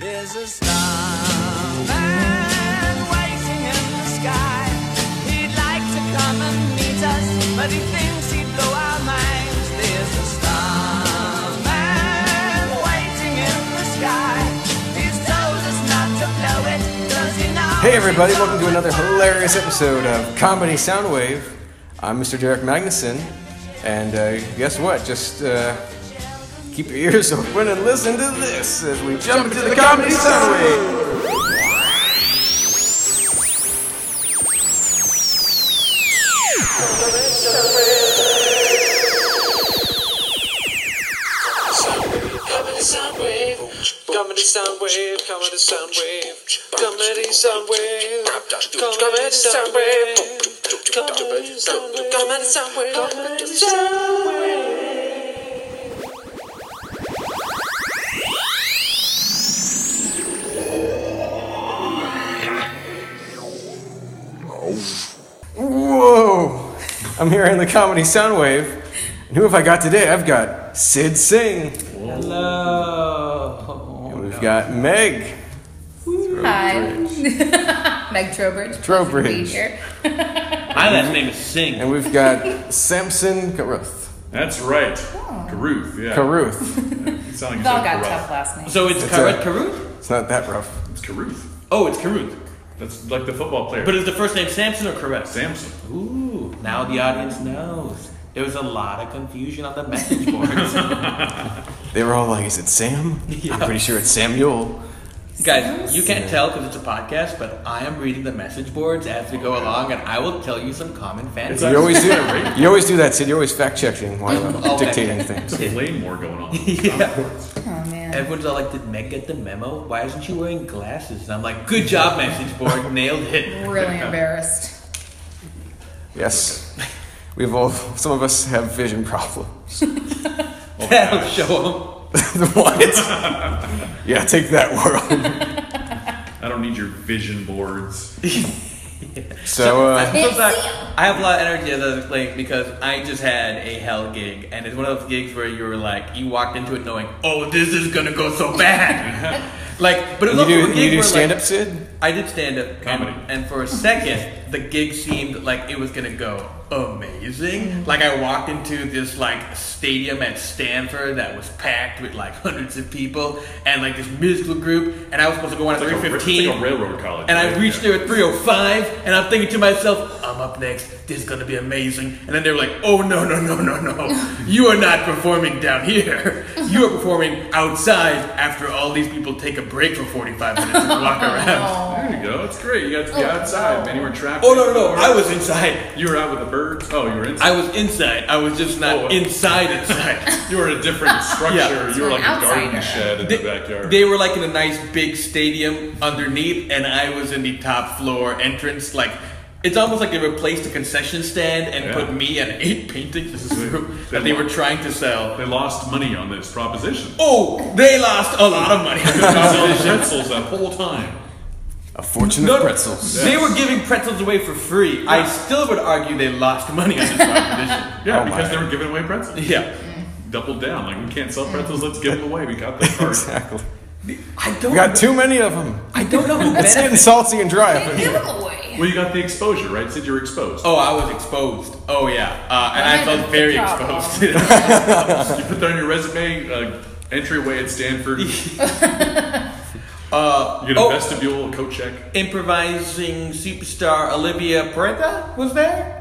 is a starman waiting in the sky. He'd like to come and meet us, but he thinks he'd blow our minds. There's a starman waiting in the sky. He's told us not to blow it, 'cause he knows. Hey, everybody, welcome to another hilarious episode of Comedy Soundwave. I'm Mr. Derek Magnuson, and uh, guess what? Just uh, keep your ears open and listen to this as we jump into the Comedy Soundwave. Comedy Soundwave, Comedy Soundwave, Comedy Soundwave, Comedy Soundwave, Comedy Soundwave, Comedy Soundwave, Comedy Soundwave, Comedy Soundwave. Whoa! I'm here in the Comedy Soundwave. And who have I got today? I've got Sid Singh. Hello. And we've got Meg. Hi. Meg Trowbridge. pleasure Trowbridge. to be here. My last name is Singh. And we've got Samson Caruth. That's right. Garuth, yeah. Caruth. You sound like We've you all said got Garuth. tough last names. So it's It's Karut a- Karut? It's not that rough. It's Garuth. Oh, it's Karut. That's like the football player. But is the first name Samson or Karut? Samson. Ooh, now the audience knows. There was a lot of confusion on the message boards. They were all like, "Is it Sam?" I'm pretty sure it's Samuel. Guys, you can't tell because it's a podcast, but I am reading the message boards as we go along, and I will tell you some common It's fantasies. You actually always do. kinda rapey. You always do that, Sid. You're always fact checking while I'm Okay. dictating things. There's a flame war going on. Yeah. oh man. Everyone's all like, did Meg get the memo? Why isn't she wearing glasses? And I'm like, good job, message board. Nailed it. Really embarrassed. Yes, we've all. Some of us have vision problems. That'll show what? yeah, take that world. I don't need your vision boards. So uh, them. I have a lot of energy as I was playing because I just had a hell gig, and it's one of those gigs where you were like, you walked into it knowing, oh, this is gonna go so bad. like, but it you was also do a gig you do where, stand up, Like, Sid? I did stand up Comedy. and, and for a second, the gig seemed like it was gonna go amazing. Like I walked into this like stadium at Stanford that was packed with like hundreds of people and like this musical group, and I was supposed to go on at It's like a- three it's fifteen. like a railroad college, And I right? reached Yeah. there at three oh five, and I'm thinking to myself, I'm up next. This is gonna be amazing. And then they were like, Oh no no no no no! You are not performing down here. You are performing outside after all these people take a break for forty five minutes and walk around. There you go. It's great. You got to Oh. be outside, man. You were trapped. Oh no, no, no! I was inside. You were out with the birds. Oh, you were inside. I was inside. I was just not Oh. inside inside. you were in a different structure. Yeah. You were like a garden Outsider. shed in They, the backyard. they were like in a nice big stadium underneath, and I was in the top floor entrance. Like it's almost like they replaced the concession stand and Yeah. put me and eight paintings They that they lo- were trying to sell. they lost money on this proposition. Oh, they lost a lot of money. They were selling pretzels that whole time. A fortune No, of no. pretzels. They were giving pretzels away for free. I still would argue they lost money on this proposition. Yeah, Oh, my. because they were giving away pretzels. Yeah, Doubled down. Like, we can't sell pretzels. Let's give them away. We got the card. Exactly. I don't. We got too many of them. I don't know who It's getting benefited. salty and dry. up in Give here. him away. Well, you got the exposure, right? Sid, you were exposed. Oh, I was exposed. Oh yeah, uh, and Well, I that's felt the very problem. exposed. You put that on your resume, uh, entryway at Stanford. you get a oh. vestibule, a coat check. Improvising superstar Olivia Preta was there.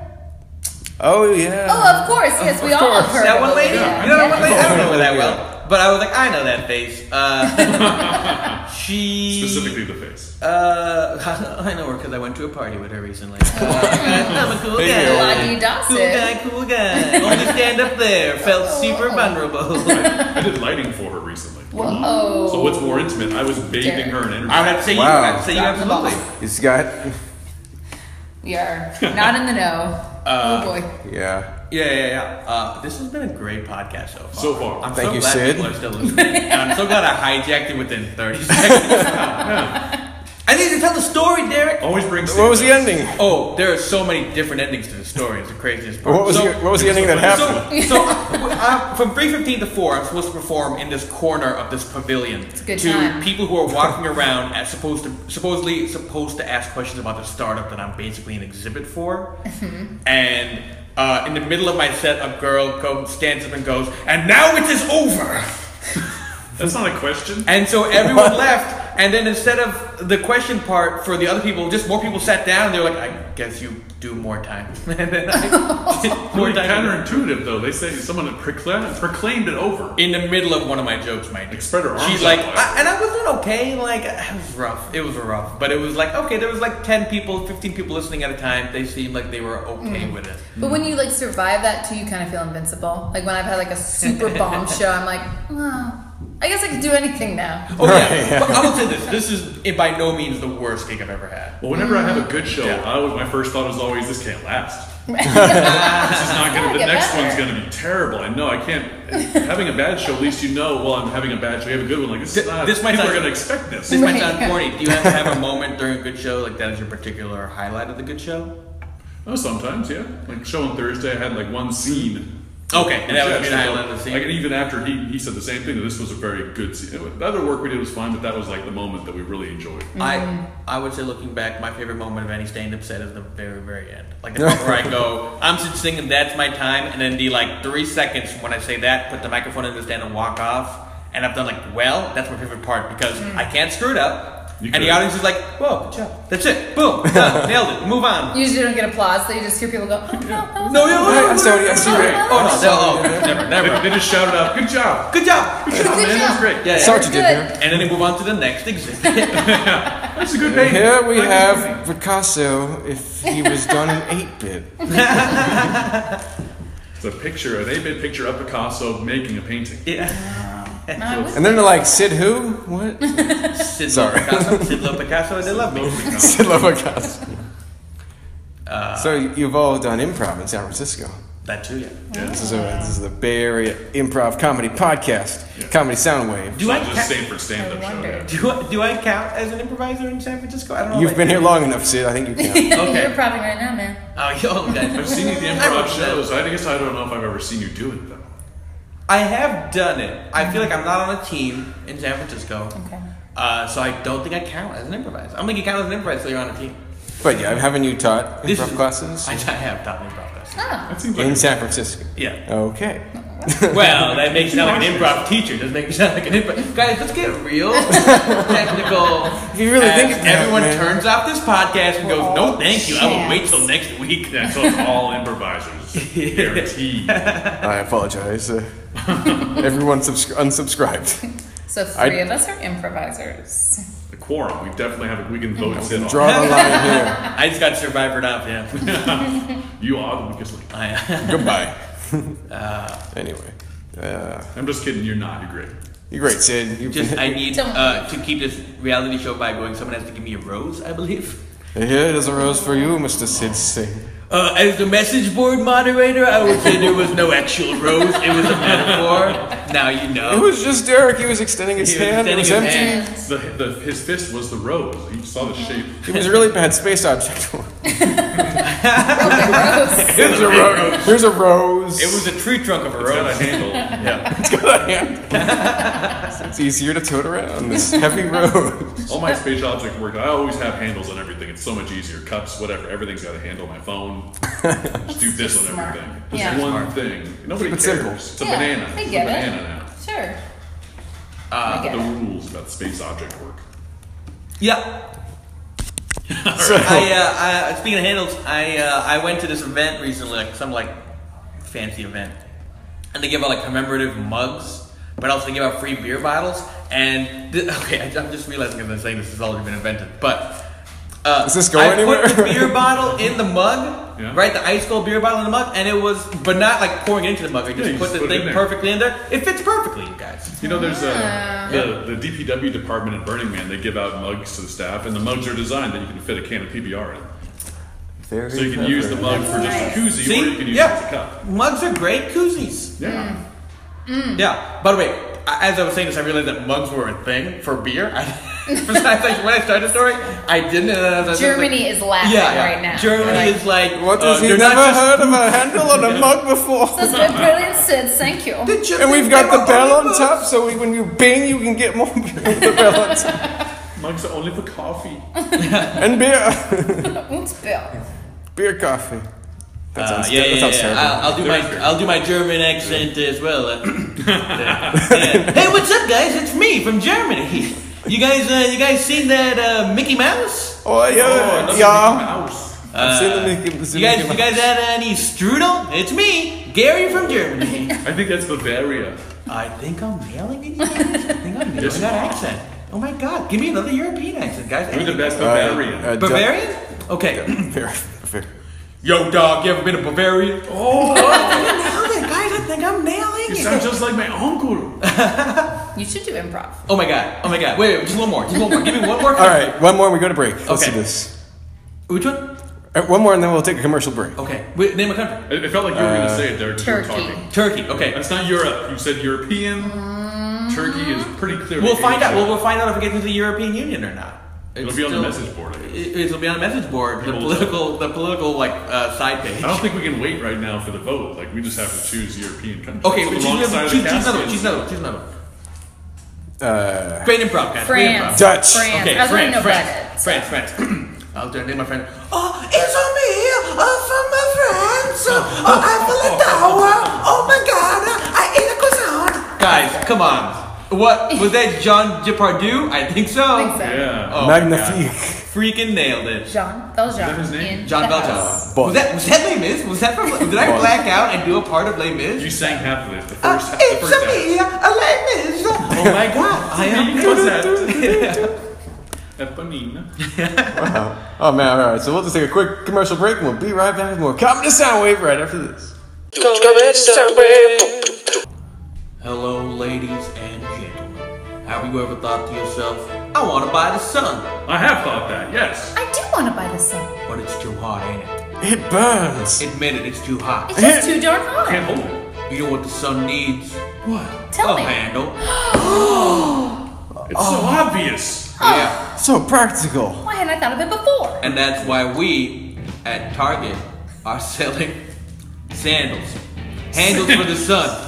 Oh yeah. Oh, of course. Yes, we all have heard. that of one it. lady. Yeah. You know that one lady. I don't know her that Yeah. well, but I was like, I know that face. Uh, she Specifically the face. Uh, I know her because I went to a party with her recently. Uh, I'm a cool Hey, guy. Lottie Dawson. Cool guy, cool guy. Only stand up there. Felt super vulnerable. I, I did lighting for her recently. Whoa. So what's more intimate? I was bathing her in energy. I would have to say you. Wow. I would have to say you absolutely. He's got. We are not in the Uh, know. oh boy. Yeah. Yeah, yeah, yeah. Uh, this has been a great podcast so far. So far. I'm Thank so you, glad Sid. people are still listening. And I'm so glad I hijacked it within 30 seconds. I need to tell the story, Derek. Always brings. What was the ending? Oh, there are so many different endings to the story. It's the craziest part. What was so, the- what was the ending that happened? So, so I, from 3.15 to 4, I'm supposed to perform in this corner of this pavilion good to time. people who are walking around as supposed to supposedly supposed to ask questions about the startup that I'm basically an exhibit for. Mm-hmm. and uh, in the middle of my set, a girl comes, stands up and goes, and now it is over. That's not a question. And so everyone left, and then instead of the question part for the other people, just more people sat down. They're like, "I guess you do more time." and then I did more Really time counterintuitive though. They say someone had proclaimed, proclaimed it over. in the middle of one of my jokes, my Like, spread her arms She's like, out wide. I, and I was doing okay. Like, it was rough. It was rough, but it was like okay. There was like ten people, fifteen people listening at a time. They seemed like they were okay with it. But when you like survive that too, you kind of feel invincible. Like when I've had like a super bomb show, I'm like, oh, I guess I can do anything now. Oh Right, yeah. yeah. But I will say this: this is eh, by no means the worst gig I've ever had. Well, whenever I have a good show, Yeah. I always, my first thought is always, this can't last. this is not gotta gonna. The get next better. one's gonna be terrible. I know. I can't. having a bad show, at least you know. Well, I'm having a bad show. You have a good one. Like this. Th- is not, this might people not- are gonna expect this. This might Right. sound corny. Do you have to have a moment during a good show like that is your particular highlight of the good show? Oh, sometimes, yeah. Like show on Thursday, I had like one scene. Okay, and that was Which your actually- highlight of the scene. Like, and even after he, he said the same thing that this was a very good scene. The other work we did was fine, but that was like the moment that we really enjoyed. I I would say looking back, my favorite moment of any stand-up set is the very very end. Like the part where I go, I'm just singing "That's My Time," and then the like three seconds when I say that, put the microphone in the stand and walk off. And I've done like well. That's my favorite part because I can't screw it up. You and the could. audience is like, "Whoa, good job! That's it. Boom, done, nailed it. Move on." Usually don't get applause, so you just hear people go, oh, no, that was No, no, no, no, I'm sorry, I'm sorry. Oh no, no, oh, never, never. They, they just shouted out, "Good job!" Good job. good man, job. that was great. Yeah, yeah. That Sorry was to dip good." here. And then they move on to the next exhibit. That's a good And painting. here we Like, have Picasso if he was done in 8 bit. It's a picture, an eight-bit picture of Picasso making a painting. yeah. No, I was- And then they're like, Sid who? What? Sidlo Sorry. Picasso. Sidlo Picasso. They love me. Sid Love Picasso. Uh, so you've all done improv in San Francisco. That too, yeah. This is, a, this is the Bay Area Improv Comedy Podcast, Comedy Soundwave. Do I, It's just ca- same for stand-up I show. wonder. yeah. do I do I count as an improviser in San Francisco? I don't know. You've if been I here long enough, Sid. I think you can. Okay. You're probably right now, man. Oh, yo, guys. I've seen you at the I improv wrote that. shows. I guess I don't know if I've ever seen you do it though. I have done it. I feel like I'm not on a team in San Francisco. Okay. Uh, so I don't think I count as an improviser. I'm gonna count as an improviser. So you're on a team. but yeah, haven't you taught This improv is- classes I, I have done improv classes. Oh, That seems like in San Francisco? Yeah. Okay. Well, that makes you sound like an improv teacher. Doesn't make you sound like an improv. Guys, let's get real technical. If you really as think about it, everyone man. turns off this podcast and goes, "No, thank you. I will wait Chefs. till next week." that's what all improvisers guaranteed. I apologize. Uh, everyone subscri- unsubscribed. so I- three of us are improvisers. The quorum. We definitely have. We can vote Sid off. Draw the line here. I just got survivored up. Yeah. You are the weakest link. I- uh, Goodbye. anyway, uh, I'm just kidding. You're not. You're great. you're great, Sid. You've just been- I need Don't. uh, to keep this reality show by going. Someone has to give me a rose, I believe. Here is a rose for you, Mr. Sid Singh. Uh, as the message board moderator, I would say there was no actual rose. It was a metaphor. Now you It know. was just Derek. He was extending his Oh. He was hand. it was extending empty. his hand. The, the, his fist was the rose. You saw the shape. It was a really bad space object. Gross. Here's a rose. Here's a rose. It was a tree trunk of a It's got a rose. handle. Yeah. It's easier to tote around this heavy road. All my space object work. I always have handles on everything. It's so much easier. Cups, whatever. Everything's got a handle. My phone. Just do this on smart. everything. Just Yeah. one thing. Nobody Keep it cares. simple. It's a Yeah, banana. I It's a get it. banana now. Sure. uh, I get The it. rules about space object work. Yeah. So, I, uh, I speaking of handles, I uh, I went to this event recently, like some like fancy event, and they give out like commemorative mugs, but also they give out free beer bottles. And th- okay, I, I'm just realizing as I'm saying this has already been invented, but uh, Does this go anywhere? I put the beer bottle in the mug, Yeah. right? The ice cold beer bottle in the mug, and it was, but not like pouring it into the mug. I just, you put just the put it in thing there. perfectly in there. It fits perfectly, you guys. You know, there's a, the, the DPW department at Burning Man. They give out mugs to the staff, and the mugs are designed that you can fit a can of PBR in. Very So you can use the clever. mug for just a koozie, See? or you can use Yeah. it as a cup. Hmm. Mugs are great koozies. Yeah. Yeah. By the way, I- as I was saying this, I realized that mugs were a thing for beer. I, besides, like when I started the story, I didn't. And I was like- Germany is laughing yeah, yeah. right now. Germany Like, is like What has uh, he they're not never just- heard of a handle on a mug before? That's what brilliant said. Thank you. And we've got oh, the bell on top, so we, when you bang, you can get more with the bell on top. Mugs are only for coffee. Oh, And beer. Oops, Bill. beer coffee. That Uh, sounds yeah, good. yeah, That sounds yeah. terrible. I'll, I'll do my I'll do my German accent as well. Uh, yeah. Hey, what's up, guys? It's me from Germany. You guys, uh, you guys seen that uh, Mickey Mouse? oh, yeah. Another Mickey yeah. Mouse. I've seen the Mickey, seen You guys, Mickey you Mouse. guys had any strudel? It's me, Gary from Germany. I think that's Bavaria. I think I'm nailing it. I think Yes, I'm nailing you that are. accent. Oh my god, give me another European accent, guys. You're the best Uh, Bavarian. uh, Dutch- Bavarian? Okay. Fair, fair. Yo, dog, you ever been to Bavaria? Oh, I think I nailed it, guys. I think I'm you nailing it. sound just like my uncle. You should do improv. Oh my god. Oh my god. Wait, wait, just one more. Just one more. Give me one more. All right, one more and we go to break. Let's Okay. do this. Which one? All right, one more and then we'll take a commercial break. Okay. Wait, name a country. It, it felt like you were going to say it there. 'cause you were Turkey. talking. Turkey. Okay. That's not Europe. You said European. Turkey is pretty clear. We'll find out. Well, we'll find out if we get into the European Union or not. It'll be on the message board. I guess. It, it'll be on the message board. The People- political, the political like uh, side page. I don't think we can wait right now for the vote. Like we just have to choose European countries. Okay, So choose, the wrong another- side of the choose, choose another casket one. Choose is- another one. Choose another one. Uh, Great improv, guys. Great France. improv. Dutch. France. Okay, I France, was wondering about France, it. France, France, I'll do name my friend. Oh, it's on me. Oh, from my friends. Oh, I'm from the tower. Oh my God, I ate a croissant. Guys, come on. What was that, John Depardieu? I think so. I think so. Yeah. Oh, Magnifique. Freaking nailed it. Jean Valjean. that his name? in John the Valjean. house. Bon. Was that was that Les Mis? Was that from? Did I Bon. black out and do a part of Les Mis? You sang half of it. The Uh, first, half, the first half. a Les Mis. Oh my God, I am. Eponine. Oh man, alright, so we'll just take a quick commercial break and we'll be right back with more Comedy Soundwave right after this. Comedy Soundwave. Hello, ladies and gentlemen. Have you ever thought to yourself, I want to buy the sun, I have thought that. Yes. I do want to buy this song. but it's too hot, ain't it? It burns. Admit it, it's too hot. It's just too darn hot. Can't hold it. You know what the sun needs? What? Tell a me. handle. It's so obvious. yeah. So practical. Why hadn't I thought of it before? And that's why we at Target are selling sandals, handles for the sun.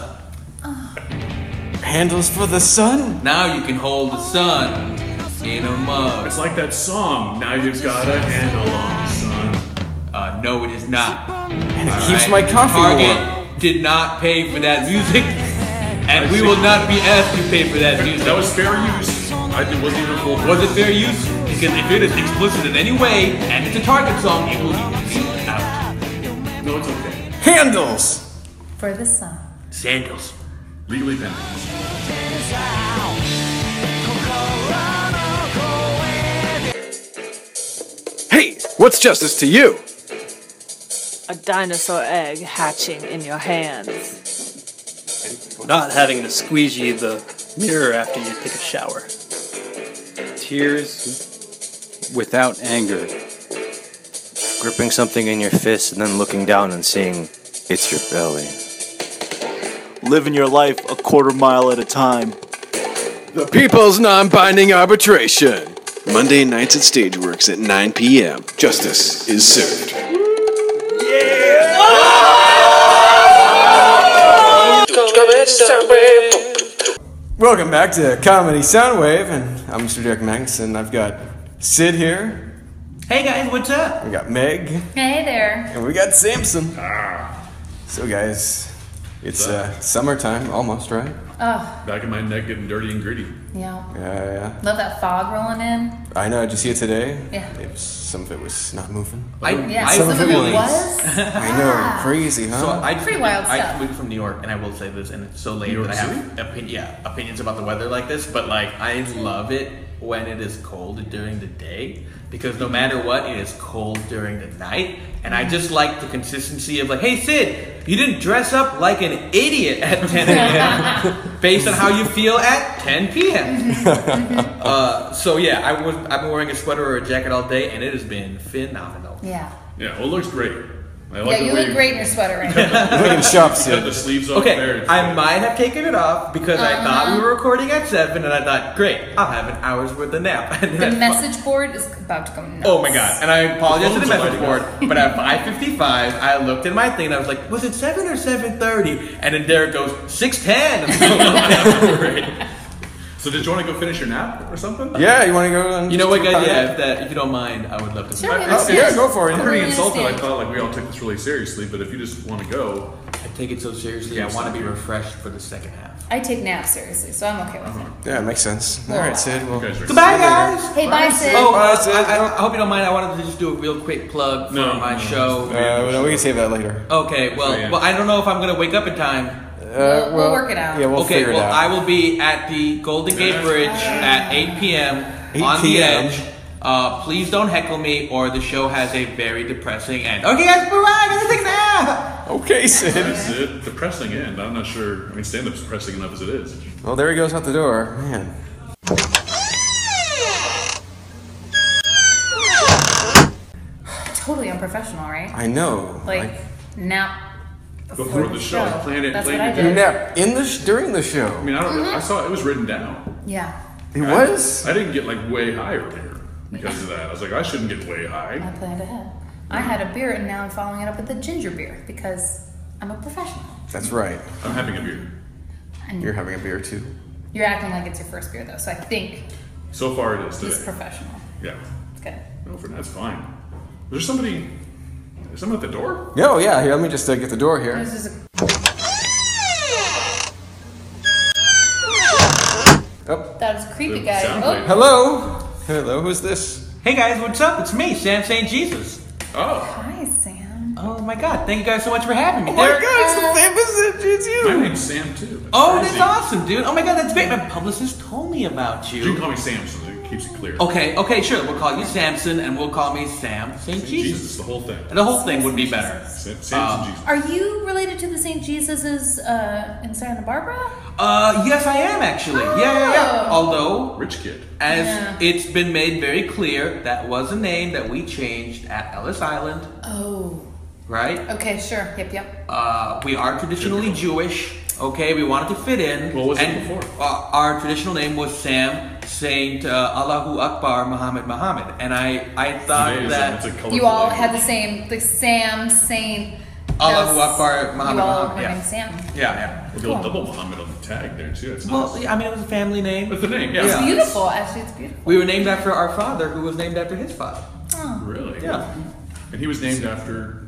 Handles for the sun. Now you can hold the sun in a mug. It's like that song. Now you've got a handle on, son. Uh, no, it is not. And it All keeps right? my coffee Target warm. did not pay for that music, and we will not be asked to pay for that music. That was fair use. I did, wasn't even full. Was it fair use? Because if it is explicit in any way, and it's a Target song, it will be beeped out. No, it's okay. Handles! For the sun. Sandals. Legally pending. Hey, what's justice to you? a dinosaur egg hatching in your hands. not having to squeegee the mirror after you take a shower. Tears without anger. gripping something in your fist and then looking down and seeing it's your belly. living your life a quarter mile at a time. The People's Non-Binding Arbitration. Monday nights at Stageworks at 9 p.m. Justice is served. Comedy Soundwave. Welcome back to Comedy Soundwave, and I'm Mr. Derek Magnuson. I've got Sid here, Hey guys, what's up? we got Meg, Hey there. and we got Samson. So guys, it's uh, summertime almost, right? Back in my neck getting dirty and gritty. Oh, Yeah. Yeah, yeah. Love that fog rolling in. I know. Did you see it today? Yeah. It was, some of it was not moving. I, Yeah. I some of of it was. it was. I know, crazy, huh? So I Pretty wild I stuff. flew from New York, and I will say this, and it's so late New that I York have opin- yeah, opinions about the weather like this, but like I love it when it is cold during the day because no matter what, it is cold during the night, and Mm-hmm. I just like the consistency of like, hey Sid, you didn't dress up like an idiot at 10 a.m. based on how you feel at 10 p.m. Mm-hmm. uh, so yeah, I was I've been wearing a sweater or a jacket all day, and it has been phenomenal. Yeah. Yeah, well, it looks great. I yeah, you look great in your sweater right now. Looking sharp, Cut the sleeves off Okay, I uh, might have taken it off because I thought we were recording at seven, and I thought, great, I'll have an hour's worth of nap. And The then- message board is about to go nuts. Oh my god! And I apologize to the phones are message lighting board, but at 5:55, I looked at my thing and I was like, "Was it seven or 7:30?" And then there it goes 6:10. so did you want to go finish your nap or something? Yeah, you want to go? And You know what, guys? Yeah. Yeah, if, that, if you don't mind, I would love to. I- I- I'm pretty insulted. I thought like we all took this really seriously, but if you just want to go, I take it so seriously. I want to be refreshed for the second half. I take naps seriously, so I'm okay with it. Yeah, it makes sense. All right, Sid. Well, Goodbye, guys. Hey, bye, Sid. Oh, I, I- I hope you don't mind. I wanted to just do a real quick plug for my show. Uh, no, we can save that later. Okay, well, well, I don't know if I'm gonna wake up in time. We'll- we'll well, work it out. yeah, we'll okay, figure it well, out. I will be at the Golden Gate Bridge at 8 p.m. 8 on the p.m.. edge. Uh, please don't heckle me, or the show has a very depressing end. Okay, guys, bye. I'm gonna take a nap. Okay, Sid. That's it. Depressing end. I'm not sure. I mean, stand up's depressing enough as it is. Well, there he goes out the door. Man. Oh. Totally unprofessional, right? I know. Like, nap. Before the show, show. plan it. That's plan what I it. did. You nap in the sh- during the show. I mean, I don't. know. Mhm. I saw it was written down. Yeah. It I- was? I didn't get like way high earlier because of that. I was like, I shouldn't get way I high. planned ahead. I had a beer, and now I'm following it up with a ginger beer because I'm a professional. That's right. I'm having a beer. And You're having a beer too. You're acting like it's your first beer, though, so I think So far, it is he's today. professional. Yeah. It's good. No, for that's fine. There's somebody. Is someone at the door? Yo, yeah. Here, let me just uh, get the door here. This is Oh. That was creepy, guys. Oh, Hello. Hello. Who's this? Hey, guys, what's up? It's me, Sam St. Jesus. Oh. Hi, Sam. Oh my God! Thank you guys so much for having me. Oh my There- God, it's the Uh, famous. It's you. My name's Sam too. Oh, crazy. that's awesome, dude. Oh my God, that's great. My publicist told me about you. You can call me Sam, so it keeps it clear. Okay, okay, sure. We'll call you Samson, and we'll call me Sam St. Saint Jesus. uh, Jesus, the whole thing. The whole thing would be better. Samson Jesus. Are you related to the St. Jesus's uh, in Santa Barbara? Uh, yes, I am actually. Yeah, yeah, yeah. Although rich kid, as Yeah. it's been made very clear, that was a name that we changed at Ellis Island, Oh. right? Okay, sure. Yep, yep. Uh, we are traditionally Jewish. Okay, we wanted to fit in. What was it before? Uh, our traditional name was Sam Saint uh, Allahu Akbar Muhammad Muhammad, and I I thought Amazing. uh, It's that a You all had the same, the Sam, Saint. Allahu Akbar You Muhammad all Muhammad. were named Yeah. Sam. Yeah, yeah. We'll go double Muhammad on the tag there too. That's Well, nice. yeah, I mean, it was a family name. It's a name, yeah. It's beautiful. Actually, it's beautiful. We were named after our father, who was named after his father. Oh. Really? Yeah. And he was named after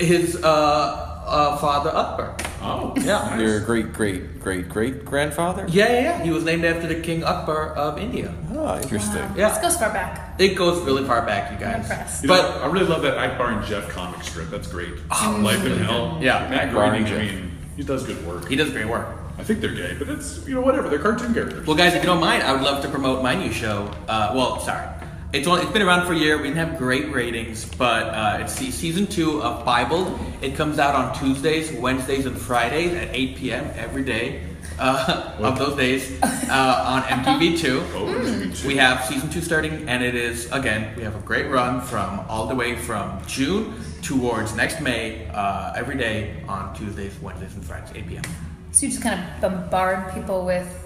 his uh, uh, father Akbar. Oh, yeah. Your great great great great grandfather. Yeah, yeah, yeah. He was named after the King Akbar of India. Oh, interesting. Yeah. This goes far back. It goes really far back, you guys. impressed. You know, I really love that Akbar and Jeff comic strip. That's great. Oh, Life really in Hell. good. Yeah, Matt Akbar Groening, and I Jeff. mean, he does good work. He does great work. I think they're gay, but it's, you know, whatever. They're cartoon characters. Well, guys, if you don't mind, I would love to promote my new show. Uh, well, sorry. It's, only, it's been around for a year. We didn't have great ratings, but uh, it's se- season two of Bible. It comes out on Tuesdays, Wednesdays, and Fridays at 8 p.m. every day uh, of those days uh, on MTV2. We have season two starting, and it is, again, we have a great run from all the way from June towards next May, uh, every day on Tuesdays, Wednesdays, and Fridays, 8 p.m. So you just kind of bombard people with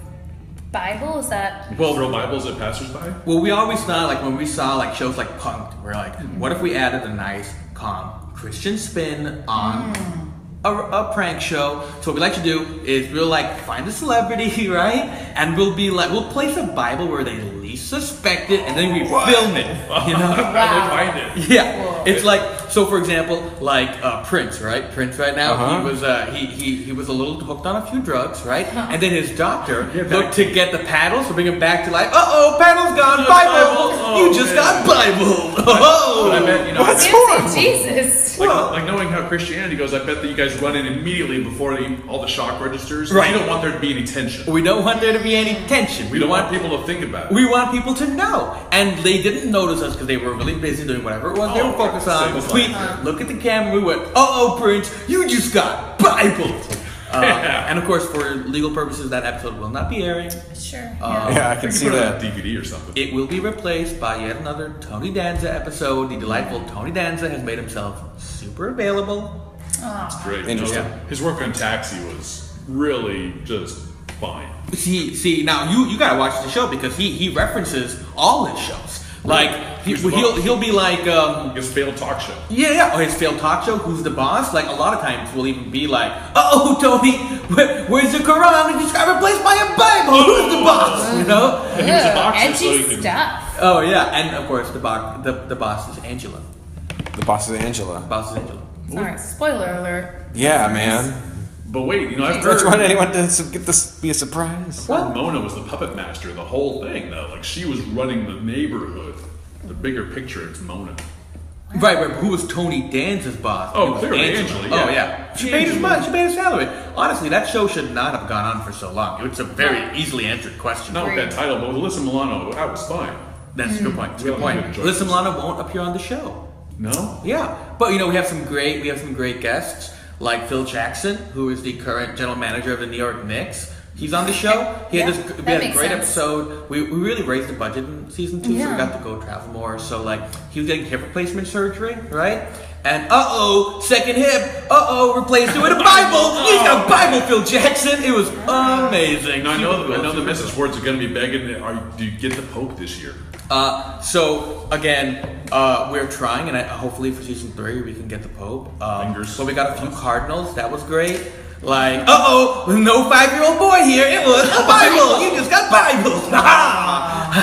Bible? Is that? Well, throw Bibles at passersby? Well, we always thought like when we saw like shows like Punked, we're like, what if we added a nice, calm Christian spin on a, a prank show? So what we like to do is we'll like find a celebrity, right? And we'll be like, we'll place a Bible where they least suspect it, and then we film it. You know? Wow. They find it. Yeah, it's like so. For example, like uh, Prince, right? Prince right now, Uh-huh. he was uh, he, he he was a little hooked on a few drugs, right? And then his doctor looked to get the paddles to bring him back to life. Uh oh, paddles gone, Yeah, Bible. Bible. you just got Bible. Oh, Oh, I bet, you know, What's horrible? Jesus. Like, like knowing how Christianity goes, I bet that you guys run in immediately before the, all the shock registers. Right. You don't want there to be any tension. We don't want there to be any tension. We don't want people to think about it. We want people to know. And they didn't notice us because they were really busy doing whatever it was they were focused on. Oh, Same as We mine. look at the camera, we went, uh oh, Prince, you just got Bible. Uh, and of course, for legal purposes, that episode will not be airing. Sure. Um, Yeah, I can see that. DVD or something. It will be replaced by yet another Tony Danza episode. The delightful Tony Danza has made himself super available. Aw. Great. No, Interesting. his work on Taxi was really just fine. See, see, now you you gotta watch the show because he he references all his shows. Like he, Who's the he'll boss? he'll be like um, his failed talk show. Yeah, yeah. Or his failed talk show. Who's the boss? Like a lot of times we'll even be like, oh Tony, where, where's the Quran? It's got replaced by a Bible. Who's the boss? You know. edgy stuff. Oh yeah, and of course the boss the, the boss is Angela. The boss is Angela. boss is Angela. Sorry, spoiler alert. Yeah, man. But wait, you know, I've Don't heard. you want anyone to su- get this be a surprise? What? Mona was the puppet master, of the whole thing, though. Like, she was running the neighborhood. The bigger picture, it's Mona. Right, right. But who was Tony Danza's boss? Oh, It was clearly Angela, yeah. Oh, yeah. She paid his money. She paid his salary. Honestly, that show should not have gone on for so long. It's a very easily answered question. Not with that title, but with Alyssa Milano, that was fine. That's a good point. That's a good Really point. enjoyed Alyssa Milano won't appear on the show. No? Yeah, but you know we have some great we have some great guests like Phil Jackson, who is the current general manager of the New York Knicks. He's on the show. He had Yeah, this we that had a makes great sense. episode. We, we really raised the budget in season two, so Yeah. we got to go travel more. So like he was getting hip replacement surgery, right? And uh oh, second hip. Uh oh, replaced it with a Bible. He's got Bible, Phil Jackson. It was amazing. And I know, I know the message words are going to be begging, are, do you get the Pope this year? Uh, so again, uh, we're trying, and I, hopefully for season three we can get the Pope. Um, so we got a few Cardinals. That was great. Like, uh oh, no five year old boy here. It was a Bible. You just got Bibles. Ha ha. Ha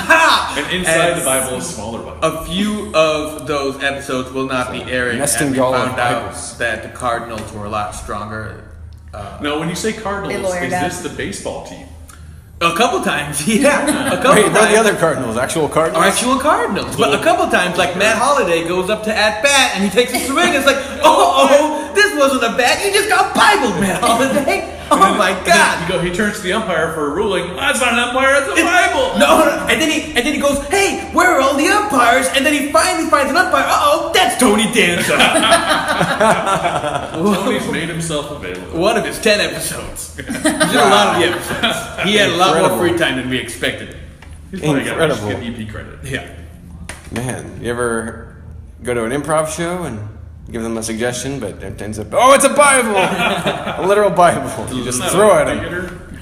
ha. And inside And the Bible is smaller Bible. A few of those episodes will not be airing. as nesting we doll of found out that the Cardinals were a lot stronger. Uh, Now, when you say Cardinals, They lawyered is up. this the baseball team? a couple times, yeah, a couple Wait, not times. the other Cardinals, actual Cardinals. Are actual Cardinals. But a couple times, like Matt Holiday goes up to at bat and he takes a swing. It's like, oh, oh, this wasn't a bat. You just got Bible, Matt Holiday. Oh my God! He, go, he turns to the umpire for a ruling. That's not an umpire. It's a Bible. No, no, and then he and then he goes, hey, where are all the umpires? And then he finally finds an umpire. Uh oh, that's Tony Danza. Tony's made himself available. One of his ten episodes. He did a lot of the episodes. He had a lot more free time than we expected. He's probably got Incredible. to get EP credit. Yeah. Man, you ever go to an improv show and give them a suggestion, but it ends up, oh, it's a Bible! a literal Bible. You just Isn't that throw a at them. Theater.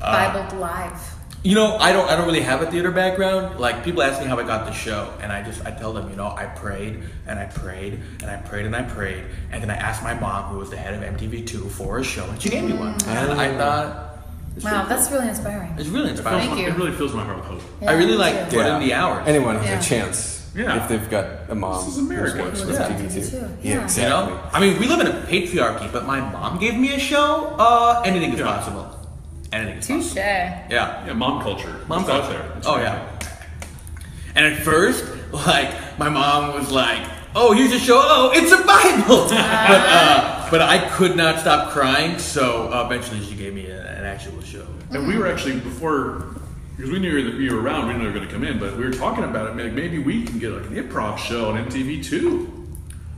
Uh, Bible live. You know, I don't I don't really have a theater background. Like people ask me how I got the show, and I just I tell them, you know, I prayed and I prayed and I prayed and I prayed, and then I asked my mom, who was the head of MTV2, for a show, and she gave me one. Mm. And Oh. I thought Wow, that's really inspiring. it's really inspiring. Thank you. really fills my heart with hope. I really like put Yeah. in the hours. Anyone has Yeah. a chance Yeah. if they've got a mom. This is America. who works with Yeah. TV2. Yeah, You exactly. know, I mean, we live in a patriarchy, but my mom gave me a show. Uh, anything is possible. Anything is possible. Touche. Yeah. Yeah. Yeah, mom culture. Mom It's out culture. there. It's oh real. yeah. And at first, like my mom was like, "Oh, here's a show. Oh, it's a Bible." but uh, but I could not stop crying. So uh, eventually, she gave me a, an actual show. And we were actually before, because we knew that you were around, we knew you were going to come in, but we were talking about it. Like maybe we can get like an improv show on MTV too.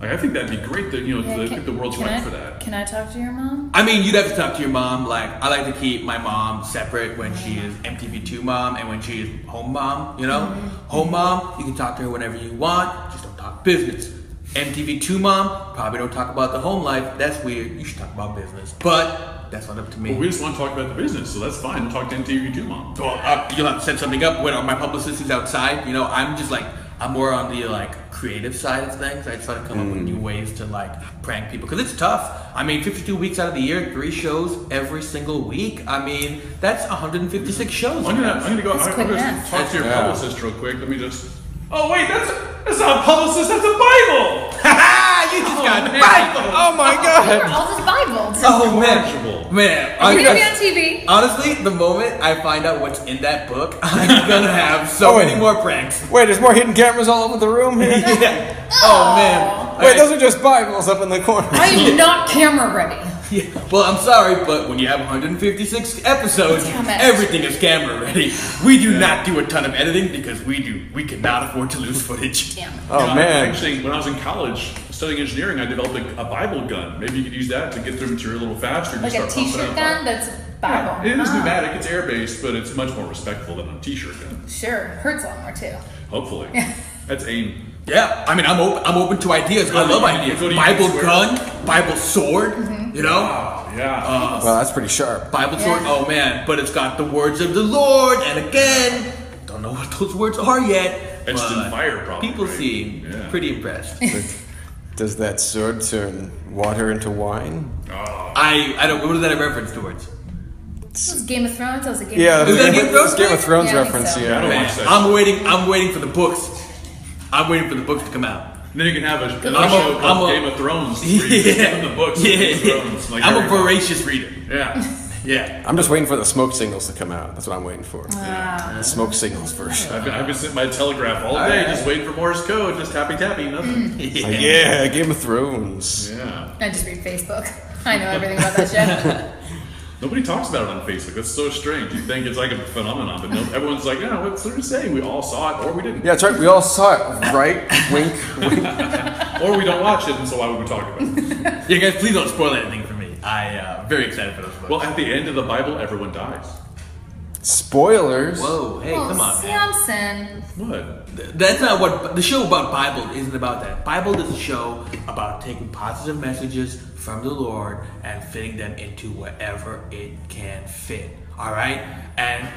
Like I think that'd be great. That you know, the, can- the world's can right I- for that. Can I talk to your mom? I mean, you'd have to talk to your mom. Like, I like to keep my mom separate when she is MTV2 mom and when she is home mom, you know? Home mom, you can talk to her whenever you want, just don't talk business. MTV2 mom, probably don't talk about the home life. That's weird. You should talk about business. But that's not up to me. But we just want to talk about the business, so that's fine. We'll talk to MTV too, mom. Well, uh, you'll have to set something up when my publicist is outside. You know, I'm just like I'm more on the like creative side of things. I try to come up with Mm. new ways to like prank people because it's tough. I mean, 52 weeks out of the year, three shows every single week. I mean, that's 156 shows. I'm gonna, I'm gonna go. That's I'm quick gonna math. talk to your Yeah. publicist real quick. Let me just. Oh wait, that's that's not a publicist. That's a Bible. Ah, you just got Bible. Oh my We're all just Bibles. Oh man, man. Are we I- gonna be I- on TV? honestly, the moment I find out what's in that book, I'm gonna have so Oh, wait. many more pranks. Wait, there's more hidden cameras all over the room here? yeah. Oh man. Wait, those are just Bibles up in the corner. I am not camera ready. Yeah. Well, I'm sorry, but when you have 156 episodes, Damn it. everything is camera ready. We do not do a ton of editing because we do we cannot afford to lose footage. Damn. Oh Yeah, man. Actually, when I was in college, studying engineering, I developed a, a Bible gun. Maybe you could use that to get through material a little faster. and Like just a start pumping t-shirt out gun that's Bible. Bible. It is Ah, pneumatic. It's air based, but it's much more respectful than a t-shirt gun. Sure, hurts a lot more too. Hopefully, Yeah. that's aim. Yeah, I mean, I'm open. I'm open to ideas. I love ideas. What do you Bible swear? gun, Bible sword. Mm-hmm. You know. yeah. Well, that's pretty sharp. Bible sword. Oh man, but it's got the words of the Lord, and again, don't know what those words are yet. Etched in but fire, probably. People seem pretty impressed. Does that sword turn water into wine? I I don't. What is that a reference towards? This was Game of Thrones. I was a Game Yeah, of it was Thrones. Game of Thrones, Game of Thrones Yeah, I think reference, so. yeah. I don't Man, watch that. I'm waiting. I'm waiting for the books. I'm waiting for the books to come out. Then you can have a, I'm another show a- called I'm a- Game of Thrones. where you just Yeah, open the books. yeah. Game of Thrones, like I'm a Harry Potter. voracious reader. Yeah. Yeah. I'm just waiting for the smoke signals to come out. That's what I'm waiting for. Ah. The smoke signals version. I've been, I've been sitting by telegraph all, All day, right. just waiting for Morse code, just tappy tappy, nothing. Yeah. Game of Thrones. Yeah. I just read Facebook. I know everything about that show. Nobody talks about it on Facebook. That's so strange. You think it's like a phenomenon, but no, everyone's like, "Yeah, what's there to say? We all saw it, or we didn't, Yeah, that's right. We all saw it, right? Wink, wink. or we don't watch it, and so why would we talk about it?" yeah, guys, please don't spoil anything for me. I uh, very excited for those books. Well, at the end of the Bible, everyone dies. Spoilers. Whoa, hey, well, come on. man. Oh, Samson. What? Th- That's not what the show about Bible isn't about that. Bible is a show about taking positive messages from the Lord and fitting them into wherever it can fit. All right, and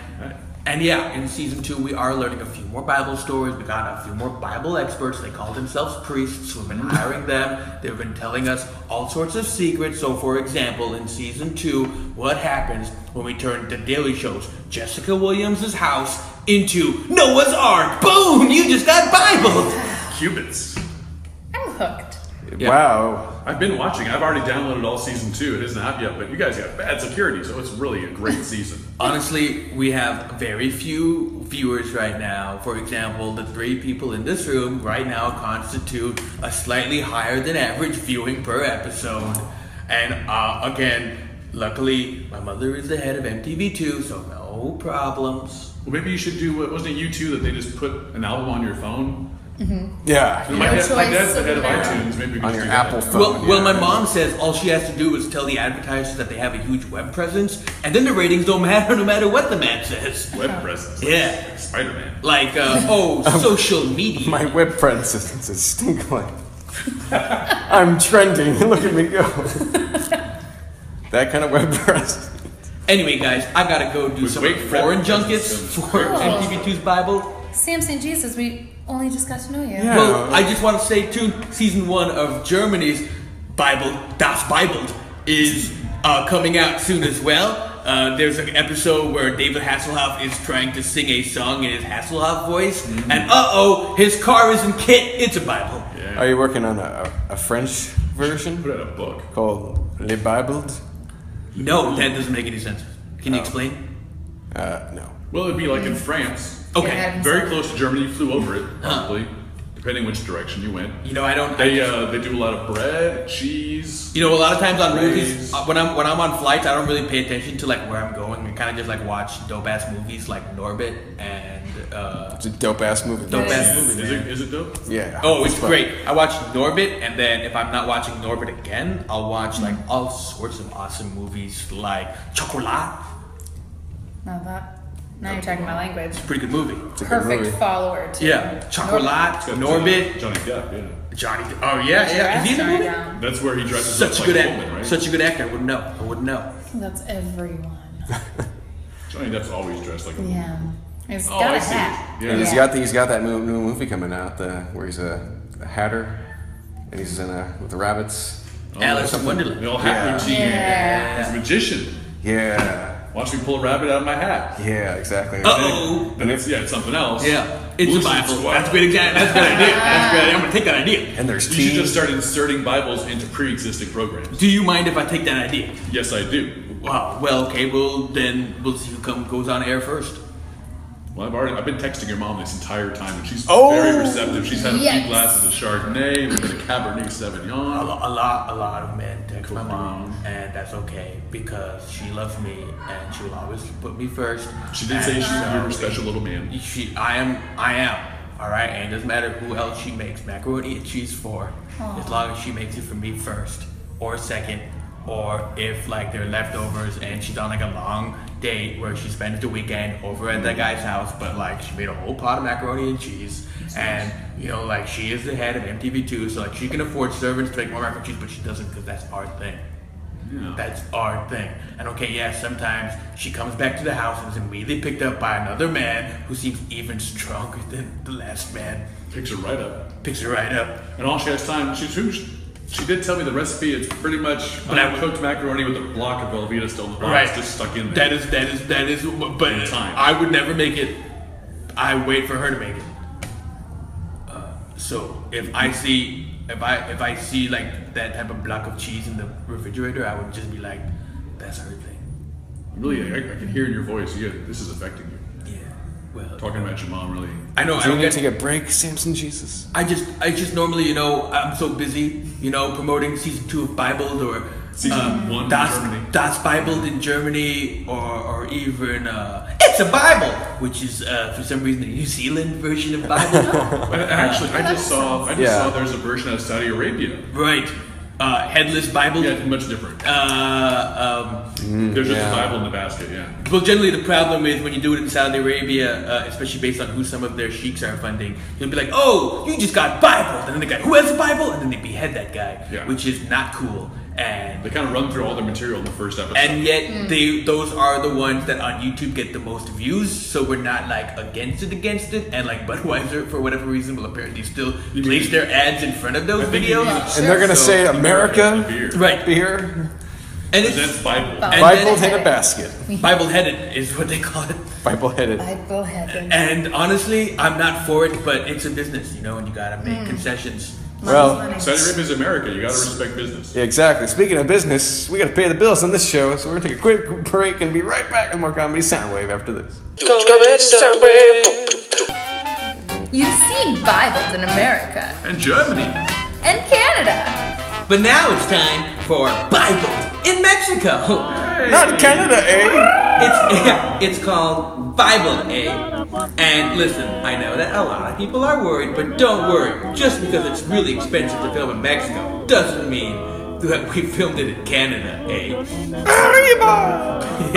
and yeah, in season two we are learning a few more Bible stories. We got a few more Bible experts. They call themselves priests. We've been hiring them. They've been telling us all sorts of secrets. So, for example, in season two, what happens when we turn the Daily Show's Jessica Williams' house into Noah's Ark? Boom! You just got Bible. Cubits. I'm hooked. Wow. I've been watching. I've already downloaded all season two. It isn't out yet, but you guys got bad security, so it's really a great season. Honestly, we have very few viewers right now. For example, the three people in this room right now constitute a slightly higher than average viewing per episode. And uh, again, luckily, my mother is the head of MTV2, so no problems. Well, maybe you should do. what Wasn't it you two that they just put an album on your phone? Yeah. My, dad, No my choice dad's the head of now. iTunes. Maybe we On just your do Apple that. phone, Well, well, my mom says all she has to do is tell the advertisers that they have a huge web presence, and then the ratings don't matter no matter what the man says. Web presence. Yeah. Spider Man. Like, uh, oh, social media. My web presence is stinkling. I'm trending. Look at me go. that kind of web presence. Anyway, guys, I gotta go do some foreign junkets for Oh. MTV2's Bible. Samson Jesus, we only just got to know you. Well, I just want to say too, season one of Germany's Bible Das Bible is uh, coming out soon as well. Uh, there's an episode where David Hasselhoff is trying to sing a song in his Hasselhoff voice, and uh oh, his car isn't kit; it's a Bible. Are you working on a, a French version? Put out a book. Called Le Bible? No, that doesn't make any sense. Can you explain? Uh, no. Well, it'd be like Mm-hmm. in France. Okay. Yeah. Very close to Germany. You flew over it, probably, depending which direction you went. You know, I don't. They uh, they do a lot of bread, cheese. You know, a lot of times on Raise. movies, uh, when I'm when I'm on flights, I don't really pay attention to like where I'm going. I kind of just like watch dope ass movies like Norbit and uh, It's a dope ass movie. dope ass Is movies. it, is it dope? Yeah. Oh, it's It's fun. great. I watch Norbit, and then if I'm not watching Norbit again, I'll watch like all sorts of awesome movies like Chocolat. Now that. Now you're talking my language. Pretty good movie. a good Perfect movie. follower too. Yeah, Chocolat, It's got Norbit, Johnny Depp, yeah. Johnny. Oh yeah, yeah. Is he in the Sorry, movie? Dom. That's where he dresses Such a up like good a woman, actor. right? Such a good actor. I wouldn't know. I wouldn't know. I think that's everyone. Johnny Depp's always dressed like a woman. Yeah. He's Oh, got I a see. hat. And he's got the, he's got that new, new movie coming out the, where he's a, a hatter and he's in a with the rabbits. Oh, Alice in Wonderland. They all have routine. Yeah. He's a magician. Yeah, Watch me pull a rabbit out of my hat. yeah, exactly. Uh-oh. Then it's yeah, it's something else. Yeah, it's Lucy a Bible. Squad. That's a great example. That's a good idea. That's a good idea. I'm gonna take that idea. And there's You should tea. just start inserting Bibles into pre-existing programs. Do you mind if I take that idea? Yes, I do. Wow. Well, okay. Well, then we'll see who come goes on air first. Well, I've already I've been texting your mom this entire time, and she's Oh! very receptive. She's had a Yes. few glasses of Chardonnay, we've had a Cabernet A, Sauvignon. lo- a lot, a lot of men text my mom, and that's okay because she loves me and she will always put me first. She did And say she, so you were a special little man. She, I am, I am. All right, and it doesn't matter who else she makes macaroni and cheese for, Aw. as long as she makes it for me first or second, or if like there are leftovers and she's on like a long date where she spends the weekend over at that guy's house, but like she made a whole pot of macaroni and cheese, and you know like she is the head of MTV2, so like she can afford servants to make more macaroni and cheese, but she doesn't because that's our thing. That's our thing. And okay, yeah, sometimes she comes back to the house and is immediately picked up by another man who seems even stronger than the last man. Picks her right up. Picks her right up. And all she has time, she, she, she did tell me the recipe. It's pretty much But I would- cooked macaroni with a block of Velveeta still in the box, Right. just stuck in there. That is that is that is. But time. I would never make it. I wait for her to make it. Uh, so if I see if I if I see like that type of block of cheese in the refrigerator, I would just be like, that's her thing. Really, I, I can hear in your voice. You, this is affecting you. Yeah. Well, talking about your mom really. I know. I Do don't we get need Take a break, Samson Jesus. I just, I just normally, you know, I'm so busy, you know, promoting season two of Bible or Season um, one in Das, Germany. Das Bible in Germany, or or even uh, It's a Bible, which is uh, for some reason the New Zealand version of Bible. But actually, I just saw. I just Yeah. saw there's a version out of Saudi Arabia. right, uh, headless Bible. Yeah, much different. Uh, um, there's just yeah. a Bible in the basket. Yeah. Well, generally, the problem is when you do it in Saudi Arabia, uh, especially based on who some of their sheiks are funding, you'll be like, oh, you just got Bible. And then the guy, who has a Bible? And then they behead that guy, which is not cool. And They kind of run through all their material in the first episode. And yet, they those are the ones that on YouTube get the most views. So we're not like against it, against it. And like Budweiser, for whatever reason, will apparently still place their ads in front of those videos. And they're gonna So- say uh, America right beer. And it's that's Bible. Bible in a basket. Bible headed is what they call it. Bible headed. Bible headed. Eh, And honestly, I'm not for it, but it's a business, you know, and you gotta make Mm. concessions. Well- Money's money. Saudi Arabia is America. You got to respect business. Yeah, exactly. Speaking of business, we got to pay the bills on this show, so we're gonna take a quick break and be right back with more comedy Soundwave after this. Comedy Soundwave. You've seen Bibles in America And Germany. and Canada. But now it's time for Bible in Mexico. Not Canada, eh? It's it's called Bible, eh? And listen, I know that a lot of people are worried, but don't worry. Just because it's really expensive to film in Mexico doesn't mean that we filmed it in Canada, eh?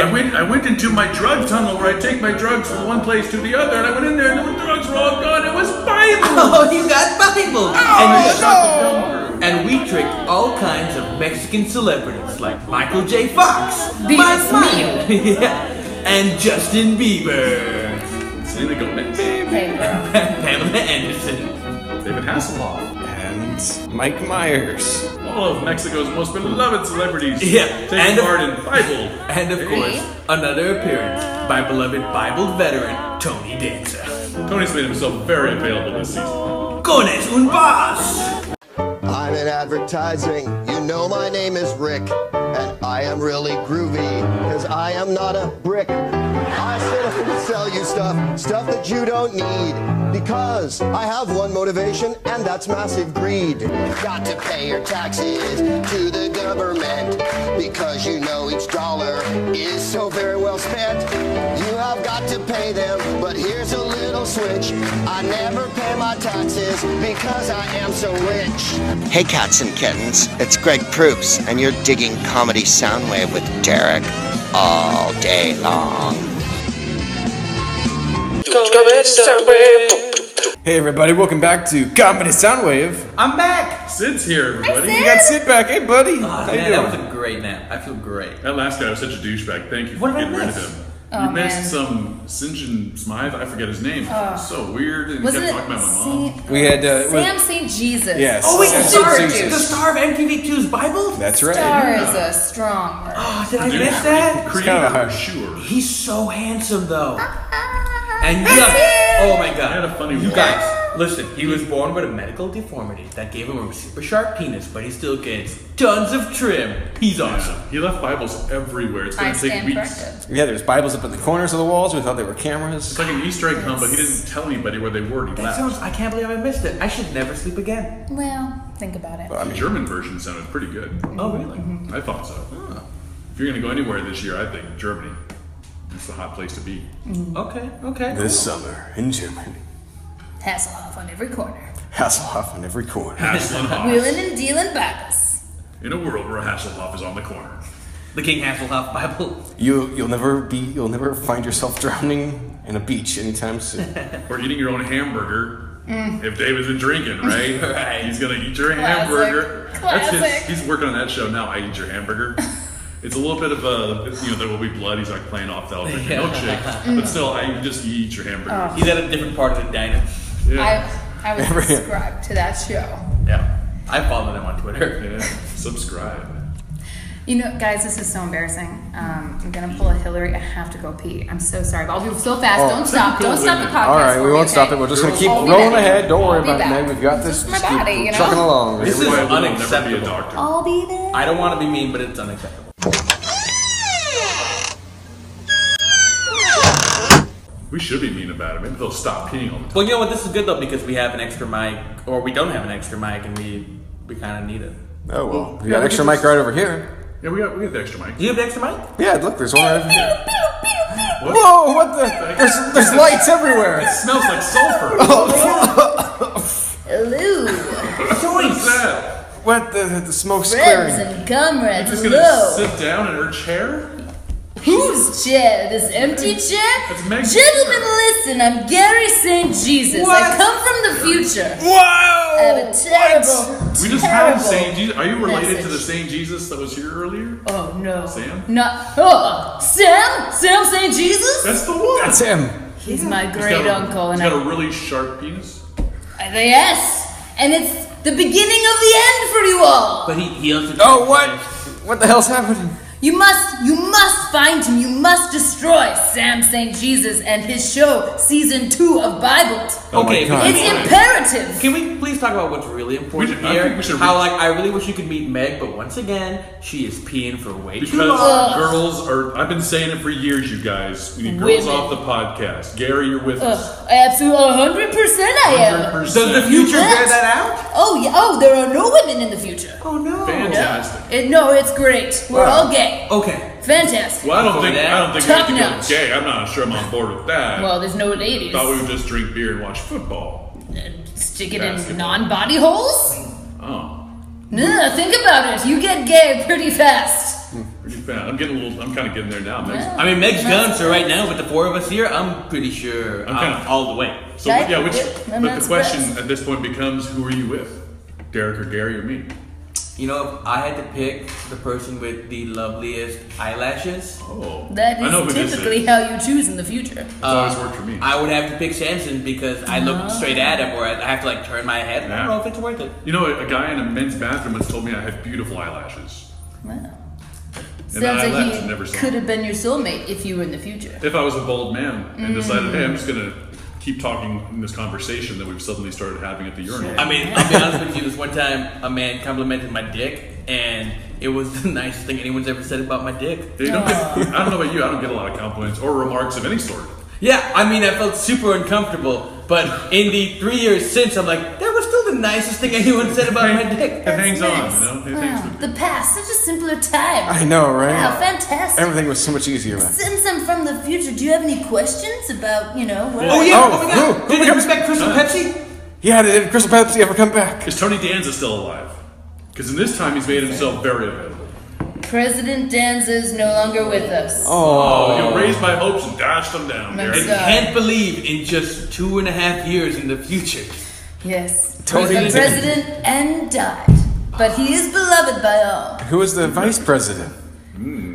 I went. I went into my drug tunnel where I take my drugs from one place to the other, and I went in there, and the drugs were all gone. It was Bible. Oh, you got Bible. and, and we tricked all kinds of Mexican celebrities like Michael J. Fox, Dios Mike mío. Myers, and Justin Bieber, Selena Gomez, Pamela Anderson, David Hasselhoff, and Mike Myers. All of Mexico's most beloved celebrities. Yeah, Taking and of- part in Bible. and of course another appearance by beloved Bible veteran Tony Danza. Tony's made himself very available this season. Cones un boss. I'm in advertising. You know my name is Rick, and I am really groovy because I am not a brick. I sit up and sell you stuff, stuff that you don't need, because I have one motivation, and that's massive greed. Got to pay your taxes to the government because you know each dollar is so very well spent. You have got to pay them, but here's a little switch. I never pay my taxes because I am so rich. Hey, cats and kittens, it's Greg Proops, and you're digging Comedy Soundwave with Derek all day long. Comedy Soundwave. Hey everybody, welcome back to Comedy Soundwave. I'm back. Sid's here, everybody. You got sit back, hey buddy. Aw, How you Ah, man, Oh, that was doing? a great nap. I feel great. That last guy was such a douchebag. Thank you for What did I getting rid of miss? him. Oh, you missed man. some St. John Smythe. I forget his name. Oh. so weird. And he Wasn't kept it talking about my mom. Saint- We had uh, Sam St. Jesus. Yes. Oh wait, the Yes, star, it's the star of MTV2's Bible. That's right. Star is a strong word. Ah. Oh, did I miss that? It's kind of hard. He's so handsome though. And yeah, oh my god, you guys, listen. He was born with a medical deformity that gave him a super sharp penis, but he still gets tons of trim. He's awesome. He left Bibles everywhere. It's I going to take stand weeks. corrected. Yeah, there's Bibles up in the corners of the walls. We thought they were cameras. It's like an Easter egg hunt, but he didn't tell anybody where they were. and He That left. sounds. I can't believe I missed it. I should never sleep again. Well, think about it. I mean, German version sounded pretty good. Oh really? I thought so. If you're going to go anywhere this year, I think Germany. It's the hot place to be. Okay. Okay. This summer in Germany. Hasselhoff on every corner. Hasselhoff on every corner. Wheeling and dealing Bacchus. In a world where Hasselhoff is on the corner. The King Hasselhoff Bible. You you'll never be you'll never find yourself drowning in a beach anytime soon. or eating your own hamburger. Mm. If David's been drinking, right? right. He's gonna eat your Classic. hamburger. That's his- Classic. he's working on that show now. I eat your hamburger. It's a little bit of a, you know, there will be blood. He's like playing off the I'll drink your milkshake, but still, I just you eat your hamburger. Oh. He's at a different part of the diner. I, I would subscribe to that show. Yeah, I follow him on Twitter. Yeah, subscribe. You know, guys, this is so embarrassing. Um, I'm gonna pull a Hillary. I have to go pee. I'm so sorry, but I'll be so fast. Oh. don't stop. Don't stop the podcast. All right, for we me, won't okay? stop it. We're just gonna keep I'll be rolling back. ahead. Don't worry I'll be about it, back. man. We've got this. It's Just my keep body, you know? trucking along. This is Everybody will never be a unacceptable. I'll be there. I don't want to be mean, but it's unacceptable. We should be mean about it. Maybe they'll stop peeing on Well, you know what? This is good though because we have an extra mic, or we don't have an extra mic, and we we kind of need it. Oh well, we got an extra mic right over here. Yeah, we got we got the extra mic. Do you have the extra mic? Yeah, look, there's one right over here. Whoa! What the? There's there's lights everywhere. It smells like sulfur. Hello. that? What the the smoke's Ribs clearing? and gum ribs. Just gonna Hello. sit down in her chair. Whose chair? This empty chair? Meg's Gentlemen, listen, I'm Gary St. Jesus. I What? come from the future. Whoa! I have a terrible. We just had terrible- Saint Jesus. Are you related to the same Jesus that was here earlier? Oh no, Sam. No. Oh, Sam? Sam St. Jesus? That's the one. That's him. He's my He's great got a- uncle, and he's I. got a really sharp penis. I- Uh, Yes! And it's the beginning of the end for you all! But he he also. Oh what? What the hell's happening? You must, you must find him. You must destroy Sam St. Jesus and his show, season two of Bible. Oh my Okay, God. It's imperative. Can we please talk about what's really important I here? think we should How like I really wish you could meet Meg, but once again, she is peeing for way too Because long. girls are. I've been saying it for years, you guys. We need girls Women. off the podcast. Gary, you're with us. Uh, absolutely, hundred percent, I am. 100%. Does the future bear that out? Oh yeah. Oh, there are no women in the future. Oh no. Fantastic. It, no, it's great. We're Wow. all gay. Okay. Fantastic. Well, I don't think I don't think Top we have notch. to go gay. I'm not sure I'm on board with that. Well, there's no ladies. Thought we would just drink beer and watch football. Stick it in Basketball. non-body holes. Oh, No, think about it. You get gay pretty fast. pretty bad. I'm getting a little. I'm kind of getting there now. Meg's- I mean, Meg's done, so right now with the four of us here, I'm pretty sure um, I'm kinda- all the way. So yeah, which I'm but not the question at this point becomes, who are you with, Derek or Gary or me? You know, if I had to pick the person with the loveliest eyelashes, oh, That is typically how you choose in the future. worked for me. Uh, I would have to pick Samson because I look straight at him, or I have to like turn my head. and I don't know if it's worth it. You know, a guy in a men's bathroom once told me I have beautiful eyelashes. Wow. And then Sounds I like left he and never saw could him. have been your soulmate if you were in the future. If I was a bold man and Mm. decided, hey, I'm just gonna keep talking in this conversation that we've suddenly started having at the urinal. I mean, I'll be honest with you. This one time, a man complimented my dick, and it was the nicest thing anyone's ever said about my dick. Dude, I don't get- I don't know about you. I don't get a lot of compliments or remarks of any sort. Yeah, I mean, I felt super uncomfortable, but in the three years since, I'm like, that was still the nicest thing anyone said about my dick. It hangs nice. on, you Wow, the past, such a simpler time. I know, right? Wow, fantastic. Everything was so much easier back. Since I'm from the future, do you have any questions about, you know, what Oh, yeah, oh my God. who- who becomes- back Crystal Pepsi? Yeah, did Crystal Pepsi ever come back? Is Tony Danza still alive? Because in this time, he's made himself very available. President Danza is no longer with us. Oh, you raised my hopes and dashed them down. I'm Gary. sorry. I can't believe in just two and a half years in the future. Yes. Tony the Danza. president and died. But he is beloved by all. Who was the vice president?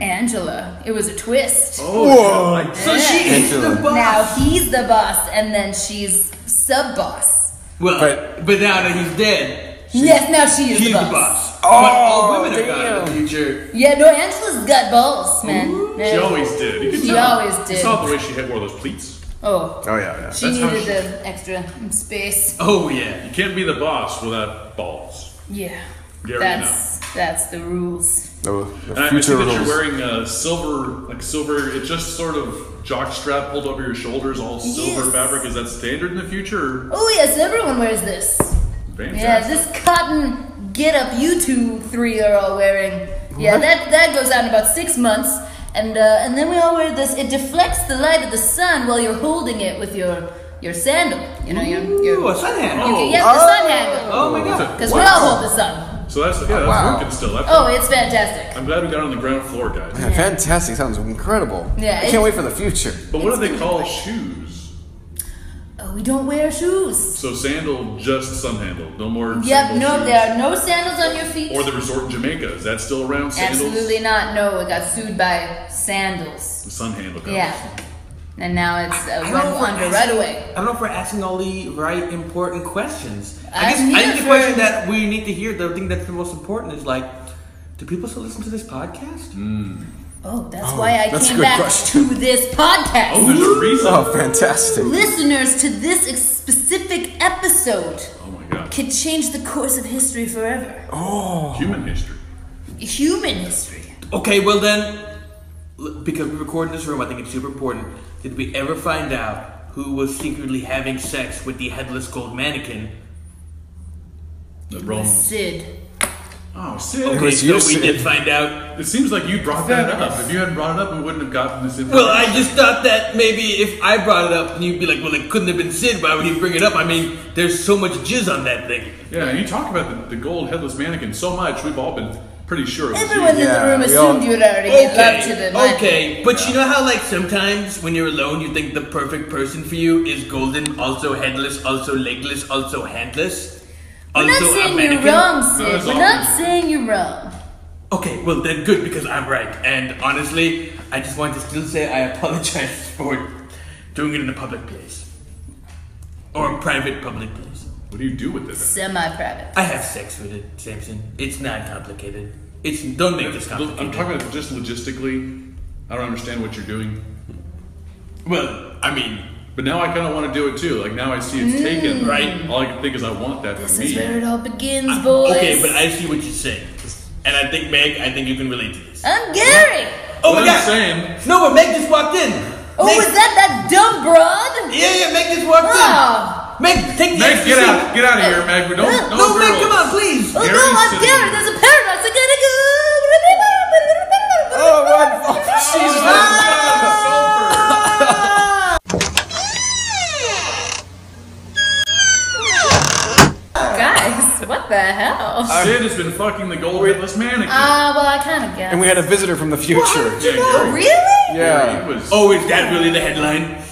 Angela. It was a twist. Oh. Whoa! Yeah. Angela. Now he's the boss, and then she's sub boss. Well, but, now that he's dead, Yes, now she is he's the the boss. boss. Oh, but all women are gone in the future. Yeah, no, Angela's got balls, man. No. She always did. You could She tell. always You did. saw the way she had wore those pleats. Oh, Oh yeah, yeah. she needed the extra space. Oh yeah. You can't be the boss without balls. Yeah. Gary, that's that's the rules. No, And the I, I see future that you're rules. wearing a silver, like silver. It's just sort of jockstrap pulled over your shoulders, all silver fabric. Is that standard in the future? Oh yes, everyone wears this. Yeah, Fantastic. this cotton get up you two three are all wearing. Yeah, What? that that goes out in about six months. And uh, and then we all wear this. It deflects the light of the sun while you're holding it with your your sandal. You know, your your a sun handle. You can, yes, Oh. the sun handle. Oh my god. Because we all hold the sun. So that's yeah, that's Wow. working still. That's Oh, it's fantastic. I'm glad we got on the ground floor, guys. Fantastic. Sounds incredible. I Yeah, it's- can't wait for the future. But what do they call shoes? Oh, we don't wear shoes. So sandal, just sun handle. No more. Yep, sandal no, shoes. there are no sandals on your feet. Or the resort in Jamaica. Is that still around? Sandals? Absolutely not. No, it got sued by sandals. The sun handle. Oh. company. Yeah. And now it's uh, I don't know if run we're under asking- right away. I don't know if we're asking all the right important questions. I'm I guess I here think the for- question that we need to hear, the thing that's the most important is like, do people still listen to this podcast? Mm. Oh, that's Oh, why I that's a came good back question. to this podcast. Oh, fantastic. Listeners to this ex- specific episode Oh my god. could change the course of history forever. Oh. Human history. Human history. Okay, well then, l- because we record in this room, I think it's super important. Did we ever find out who was secretly having sex with the headless gold mannequin? The Sid. Oh, Sid. Okay, so we did find out. It seems like you brought that up. If you hadn't brought it up, we wouldn't have gotten this information. Well, I just thought that maybe if I brought it up, you'd be like, "Well, it couldn't have been Sid. Why would he bring it up?" I mean, there's so much jizz on that thing. Yeah, you talk about the, the gold headless mannequin so much, we've all been pretty sure. It was Everyone you. in the room assumed you had already given Okay, love to the okay, but you know how like sometimes when you're alone, you think the perfect person for you is golden, also headless, also legless, also handless, We're not also a saying you're mannequin. wrong, Sid. We're not saying you're wrong. Okay, well then good because I'm right. And honestly, I just want to still say I apologize for doing it in a public place. Or a private public place. What do you do with this? Semi-private. I have sex with it, Samson. It's not complicated. It's don't make this complicated. I'm talking about just logistically. I don't understand what you're doing. Well, I mean, but now I kind of want to do it too. Like now I see it's taken, right? All I can think is I want that Mm. This for is me. where it all begins, boys. Okay, but I see what you're saying. And I think Meg, I think you can relate to this. I'm Gary. Oh my god! No, but Meg just walked in! Oh, was that that dumb broad? Oh, Yeah, yeah, Meg just walked Wow. in! Meg, take the Meg, extra get seat. out! Get out of here, Meg! We don't. No, don't Meg, girls. come on, please! Oh no, I'm Gary. There's a paradox. I gotta go. Oh, what? Oh, Jesus. Guys, what the hell? Uh, Sid has been fucking the gold headless mannequin. Ah, well, I kind of guess. And we had a visitor from the future. Yeah, Oh, Gary. really? Yeah. Oh, is that really the headline?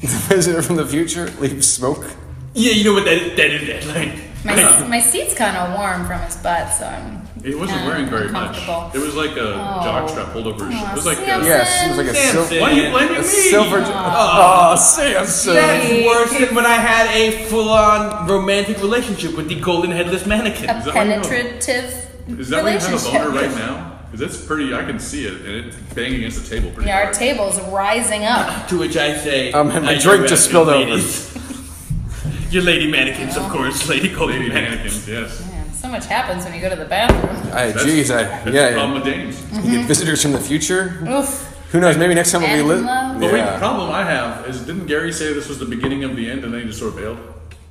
The visitor from the future leaves smoke. Yeah, you know what that is, that is the headline. My, my seat's kind of warm from his butt, so I'm. It wasn't kinda wearing very much. Uh, uncomfortable. It was like a Oh. jockstrap pulled over his shoulder. It was Aw, like uh, a, Samson. Yes, it was like a Samson. Why are you blaming a me? silver. Aw. Ah. Oh, Samson. That's worse than when I had a full-on romantic relationship with the golden headless mannequin. A penetrative. Is that why you have a relationship. boner right now? Because it's pretty. I can see it, and it's banging against the table pretty Yeah, our hard. table's rising up. To which I say, Um, and "Now my you're drink just right, spilled over. ladies." Your lady mannequins, of course, lady golden Lady mannequins. mannequins, yes. So much happens when you go to the bathroom. I, geez, I, That's yeah. the problem with Danes. You get visitors from the future. Oof. Who knows? Maybe next time we'll be And lit. love. But wait, the Yeah. problem I have is didn't Gary say this was the beginning of the end, and then he just sort of bailed?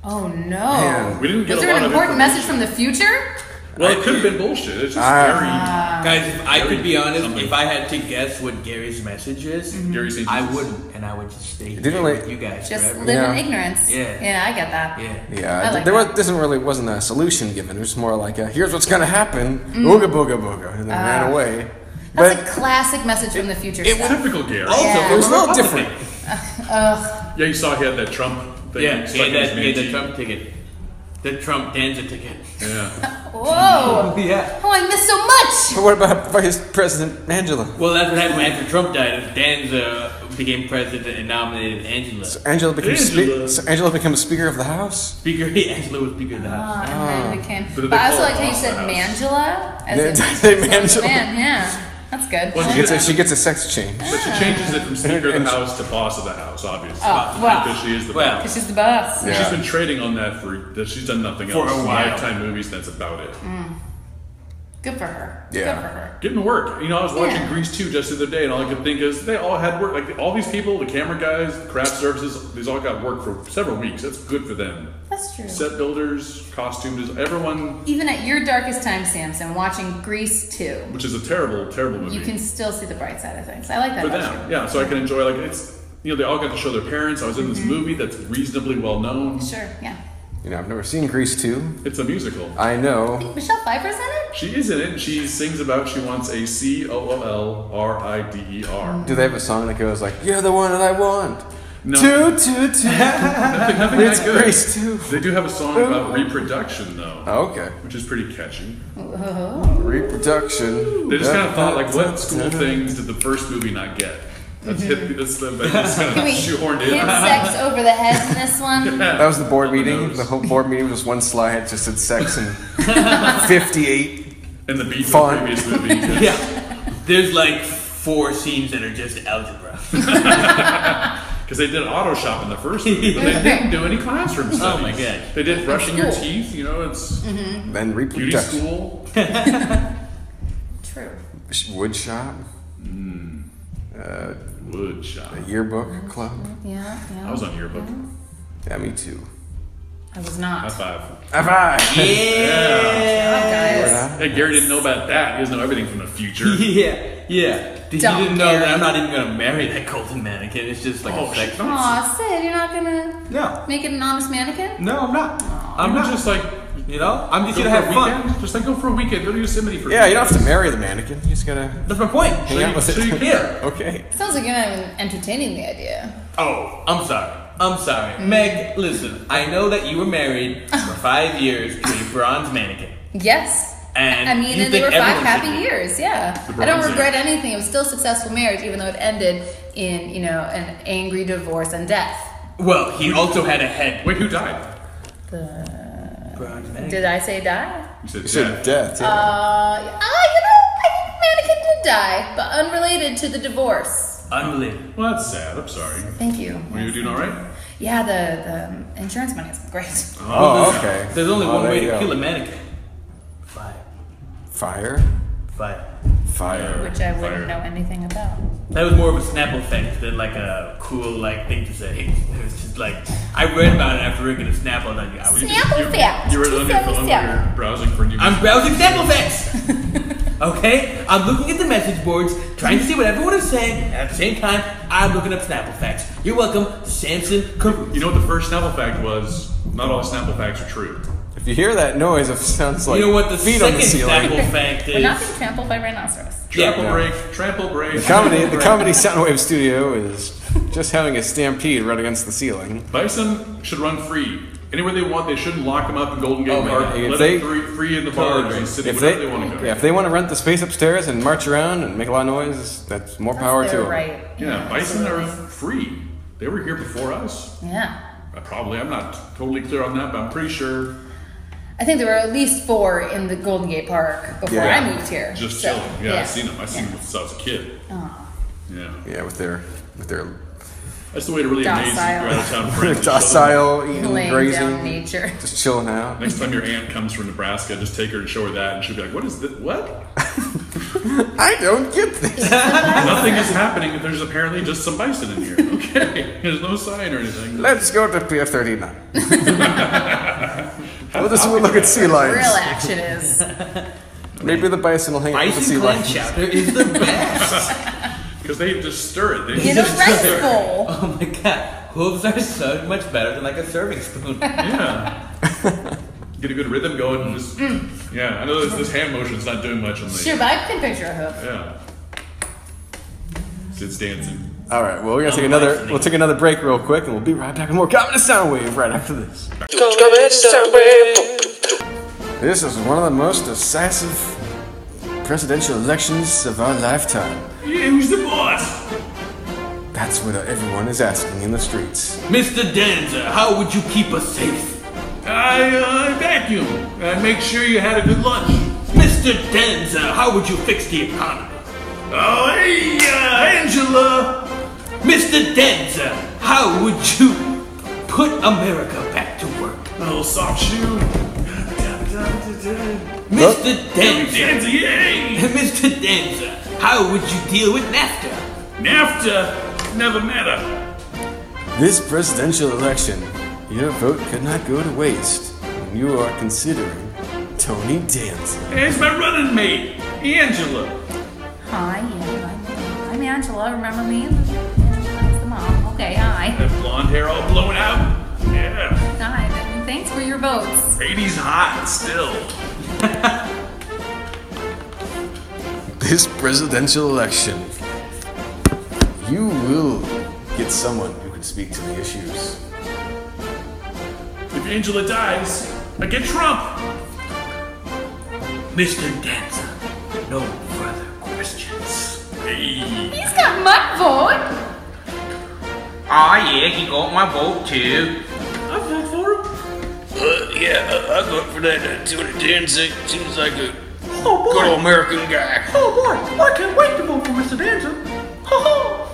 Oh no. We didn't get Was a there lot an of important information. message from the future? Well, it could have been bullshit. It's just Gary. Guys, if I could be honest, if I had to guess what Gary's message is, Gary's I wouldn't, and I would just stay here Didn't with like- you guys Mm-hmm. Just forever. live Yeah. in ignorance. Yeah. Yeah, I get that. Yeah. Yeah, I like there that. was, this isn't really wasn't a solution given. It was more like a, here's what's gonna happen, ooga booga booga, and then ran Mm. Ah. away. That's But a classic message from the future. stuff. Typical Gary. Oh. Also, Yeah. it was a little Republican. different. Ugh. Yeah, you saw he had that Trump thing. Yeah, stuck yeah, in that, yeah, his the mantee. Trump ticket, the Trump Danza ticket. Yeah. Whoa. yeah. Oh, I missed so much. Ah. But what about Vice President Angela? Well, that's what happened after Trump died. Danza became president and nominated Angela. Angela becomes spe- Angela. so Angela becomes Speaker of the House. Speaker Angela was Speaker of the House. Ah, I can. But did But, they I also call it like how you Lost said House? Mangela. They- As they in, Mangela. Man, yeah. That's good. She gets a, she gets a sex change. But she changes it from Speaker of the House to Boss of the House, obviously. Oh, well. Because she is the Well. boss. Because she's the boss. And She's been trading on that for, that she's done nothing For else. a while. Lifetime movies, that's about it. Good for her. Good for her. Getting work. You know, I was watching Yeah. Grease 2 just the other day, and all I could think is they all had work. Like, all these people, the camera guys, craft services, these all got work for several weeks. That's good for them. That's true. Set builders, costume designers, everyone, Even at your darkest time, Samson, watching Grease 2, which is a terrible, terrible movie. you can still see the bright side of things. I like that for about you. them. Yeah, so I can enjoy like it's you know, they all got to show their parents. I was in this movie that's reasonably well known. Sure, yeah. You know, I've never seen Grease 2. It's a musical. I know. Michelle Pfeiffer's in it? She is in it. and She sings about she wants a C O O L R I D E R. Do they have a song that goes like, You're the one that I want? No. Two, two, two. Nothing, nothing that It's good. Grease 2. They do have a song about reproduction, though. Oh, okay. Which is pretty catchy. Reproduction. They just kind of thought, like, what school things did the first movie not get? That's Mm-hmm. hit. That's the that's kind Can of we shoehorned hit sex in. over the head in this one? That was the board meeting. The whole board meeting was one slide, just said sex and 58. And the beat font. previous movie. yeah. There's like four scenes that are just algebra. Because they did auto shop in the first movie, but they didn't do any classroom Oh studies. my God. They did brushing your School. teeth. You know, it's Mhm. Then beauty reproduction. school. True. Sh- Wood shop. Uh, Wood shop. Yearbook club. Yeah, yeah. yearbook. Yeah, me too. I was not. five. High five. Yeah. Hey, Gary didn't know about that. He doesn't know everything from the future. yeah, yeah. Did, you Don't didn't know care. that I'm not even gonna marry that golden mannequin. It's just like Oh, a sex. Aw, Sid, you're not gonna No. make it an honest mannequin? No, I'm not. I'm You not. just like you know. I'm just Go gonna for a have fun. weekend. Just like go for a weekend. Go to Yosemite for. Yeah, you don't have to marry the mannequin. You just gotta That's my point. hang out with So you it. care. Okay. Sounds like you're not even entertaining the idea. Oh, I'm sorry. I'm sorry, Meg. Listen, I know that you were married for five years to a bronze mannequin, Yes. and I mean, you and they think were five everyone should happy be- years, yeah. The I don't bronze regret anything. It was still a successful marriage, even though it ended in, you know, an angry divorce and death. Well, he also had a head. Wait, who died? Bronze mannequin. Did I say die? You said, said death. yeah. Uh, yeah, ah, you know, I think mannequin did die, but unrelated to the divorce. Unbelievable. Well, that's sad. I'm sorry. Thank you. Were you doing all right? Yeah, the, the um, insurance money is great. Oh, there's- okay. There's only Oh, one there way you to go. kill a mannequin. Fire. Fire. Fire. Fire. Which I wouldn't know anything about. That was more of a Snapple effect than like a cool like thing to say. It was just like I read about it after reading a Snapple. And I, I was just, Snapple fact. You were on your phone. Yeah. You're browsing for new. I'm browsing Snapple facts. okay, I'm looking at the message boards, trying to see what everyone is saying. and At the same time, I'm looking up Snapple facts. You're welcome, Samson. Carew. You know what the first Snapple fact was? Not all Snapple facts are true. If you hear that noise, it sounds like you know what the feet second on the ceiling. Snapple fact We're not is? being trampled by rhinoceros. Trample Yeah. break. Trample break. The comedy, trample the break. comedy Soundwave Studio is just having a stampede right against the ceiling. Bison should run free. Anywhere they want, they shouldn't lock them up in Golden Gate Oh my Park. God. If Let they- them free, free in the bars and city, If wherever they, they, want to go. yeah, if they want to rent the space upstairs and march around and make a lot of noise, that's more power to their them. right. Yeah, bison are free. They were here before us. Yeah. Uh, Probably. I'm not totally clear on that, but I'm pretty sure. I think there were at least four in the Golden Gate Park before Yeah. I moved here. Just so, chilling. Yeah, Oh. I've seen them. I've seen them since I was a kid. Aw. Yeah. Yeah, with their with their That's the way to really amaze your Docile. out-of-town friends. docile eating, Laying down grazing, nature. just chilling out. Next time your aunt comes from Nebraska, just take her and show her that, and she'll be like, "What is this? What? I don't get this. Nothing is happening. There's apparently just some bison in here. Okay, there's no sign or anything. Let's go to Pier 39. we'll just we'll look at sea Real lions. action is. Maybe the bison will hang out with the sea Bison clam lions. chowder is the best. Because they just stir it. They In a just rice stir it. bowl. Oh my god, hooves are so much better than like a serving spoon. Yeah. Get a good rhythm going. And just yeah. I know this, this hand motion's not doing much on the. Sure, but I can picture a hoof. Yeah. It's dancing. All right, well, we're going to take another, we'll take another break real quick, and we'll be right back with more Comedy Soundwave right after this. Comet Soundwave. This is one of the most decisive presidential elections of our lifetime. Yeah, who's the boss? That's what everyone is asking in the streets. Mr. Danza, how would you keep us safe? I uh, vacuum. I make sure you had a good lunch. Mr. Danza, how would you fix the economy? Oh, hey, uh, Angela! Mr. Danza, how would you put America back to work? A little soft shoe. Mr. Danza, Danza, yay! Mr. Danza, how would you deal with NAFTA? NAFTA never matter. This presidential election, your vote could not go to waste when you are considering Tony Danza. It's my running mate, Angela. Hi, yeah, I'm- I'm Angela. Remember me? Angela was the mom. Okay. blonde hair all blown out. Yeah. Nice. And Thanks for your votes. 80s hot still. This presidential election, you will get someone who can speak to the issues. If Angela dies, I get Trump. Mr. Danza, no further questions. He's got my vote. Ah, yeah, he got my vote too. I vote for him. Uh, yeah, uh, I vote for that uh, Tony Danza. Seems like a good old American guy. Oh boy, I can't wait to vote for Mr. Danza. Ho ho!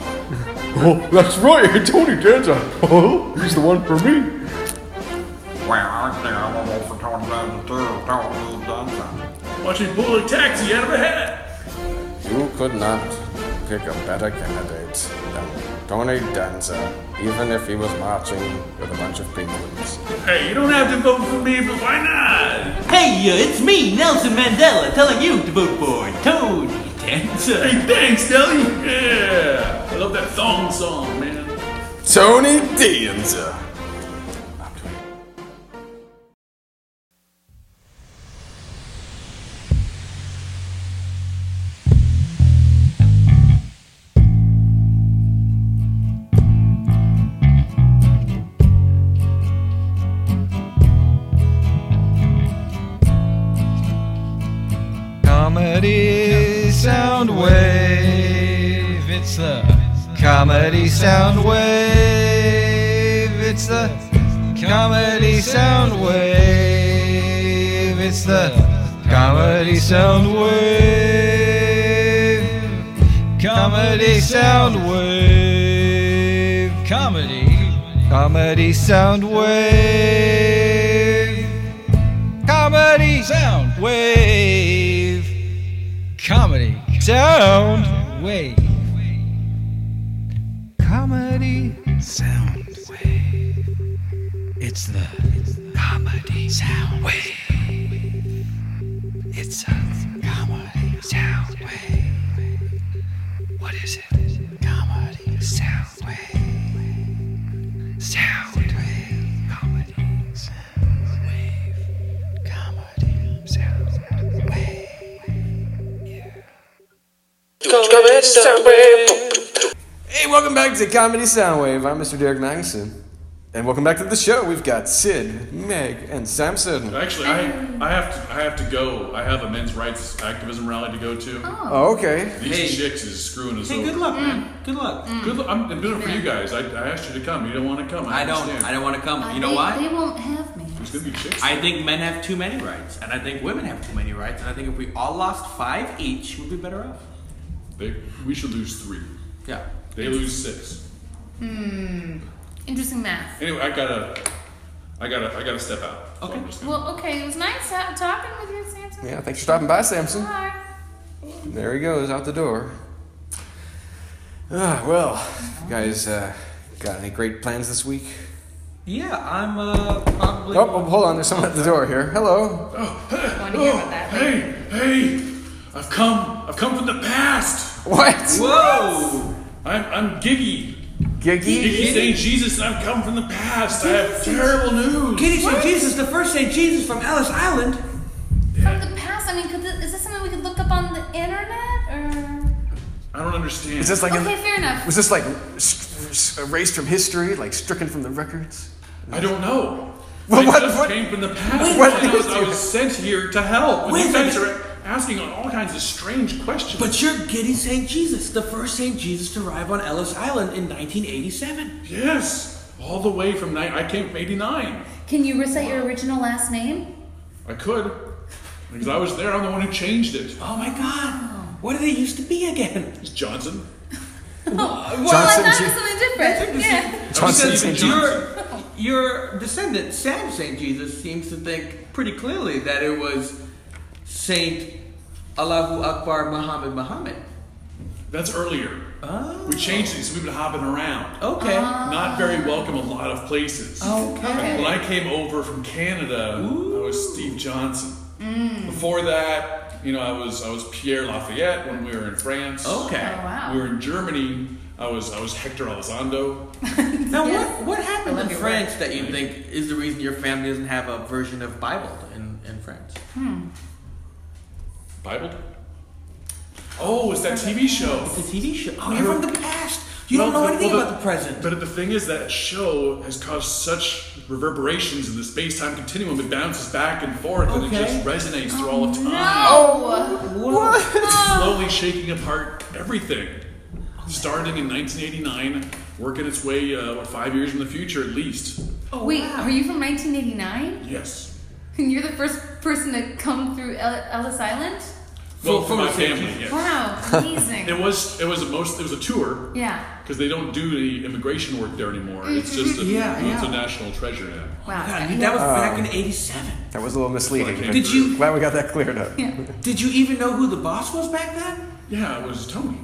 Oh, that's right, Tony Danza. Oh, he's the one for me. Well, I think I'm gonna vote for Tony Danza too. Tony Danza. Watch me pull a taxi out of a hat. You could not pick a better candidate than Tony Danza, even if he was marching with a bunch of penguins. Hey, you don't have to vote for me, but why not? Hey, uh, it's me, Nelson Mandela, telling you to vote for Tony Danza. Hey, thanks, Nelly. Yeah, I love that thong song, man. Tony Danza. Comedy sound wave. It's the comedy sound wave. It's the comedy sound wave. It's the comedy sound wave. Comedy sound wave. Comedy. Comedy sound wave. Comedy sound wave. Comedy sound wave. Comedy sound wave. It's the comedy sound wave. It's a comedy sound wave. What is it? Comedy sound wave. Sound wave. Comedy sound wave. Comedy sound wave. Comedy sound wave. Hey, welcome back to Comedy Soundwave. I'm Mr. Derek Magnuson. And welcome back to the show. We've got Sid, Meg, and Samson. Actually, I I have to I have to go. I have a men's rights activism rally to go to. Oh, okay. These Hey. chicks is screwing us Hey, over. good luck, man. Good luck. Good luck. I'm, I'm doing it for you guys. I, I asked you to come. You don't want to come. I, I don't- Understand. I don't wanna come. You know They- why? they won't have me. There's gonna be chicks. I think men have too many rights, and I think women have too many rights, and I think if we all lost five each, we'd be better off. They, we should lose three. Yeah. They lose six. Hmm. Interesting math. Anyway, I gotta, I gotta, I gotta step out. Okay. Well, okay, it was nice ha- talking with you, Samson. Yeah, thanks for stopping by, Samson. Bye. There he goes, out the door. Ah, well, guys, uh, got any great plans this week? Yeah, I'm uh, probably. Oh, oh, hold on, there's someone at the door here. Hello. Want to hear about that? Oh, Hey, hey! I've come. I've come from the past. What? Whoa! I'm, I'm Giggy. Giggy? Giggy St. Jesus, and I've come from the past. I have terrible news. Kitty St. Jesus, the first St. Jesus from Ellis Island. From the past, I mean, could this, is this something we could look up on the internet? Or I don't understand. Is this like Okay, fair enough. Was this like s- s- erased from history, like stricken from the records? I don't know. Well, I what- just what- came from the past. Wait, what and I was, is I it? was sent here to help. And Wait you a guys minute. are asking all kinds of strange questions. But you're Giddy St. Jesus, the first St. Jesus to arrive on Ellis Island in 1987. Yes, all the way from nine. I came from '89. can you recite your original last name? I could, because I was there. I'm the one who changed it. Oh my God! What did it used to be again? It's Johnson. well, Uh, Johnson I thought it was J- something different. Yeah. Johnson Because St. Your, your descendant, Sam St. Jesus, seems to think pretty clearly that it was Saint Allahu Akbar Muhammad Muhammad. That's earlier. We changed it, so we've been hopping around. Okay. Not very welcome a lot of places. Oh, Okay. When I came over from Canada, I was Steve Johnson. Mm. Before that, you know, I was I was Pierre Lafayette when we were in France. Okay. Oh, wow. We were in Germany. I I was I was Hector Elizondo. Now, what, what happened in your France that you think is the reason your family doesn't have a version of Bible in, in France? Hmm. Bible? Oh, it's that TV show. It's a TV show. Oh, you're from the past. You don't know anything about the present. But the thing is, that show has caused such reverberations in the space-time continuum. It bounces back and forth, and it Okay. Oh, just resonates through Oh, all of time. What? slowly shaking apart everything. Starting in 1989, working its way uh, what, five years in the future at least. Oh, Wait, are you from 1989? Yes. And you're the first person to come through El- Ellis Island? Well, for my family. Yes. Wow, amazing. it was it was a most it was a tour yeah. because they don't do any immigration work there anymore. It's just a, Yeah, it's yeah. a national treasure now. Wow. God, that was back in '87. That was a little misleading. That's what I but came through. Glad we got that cleared up. Did you even know who the boss was back then? Yeah, it was Tony.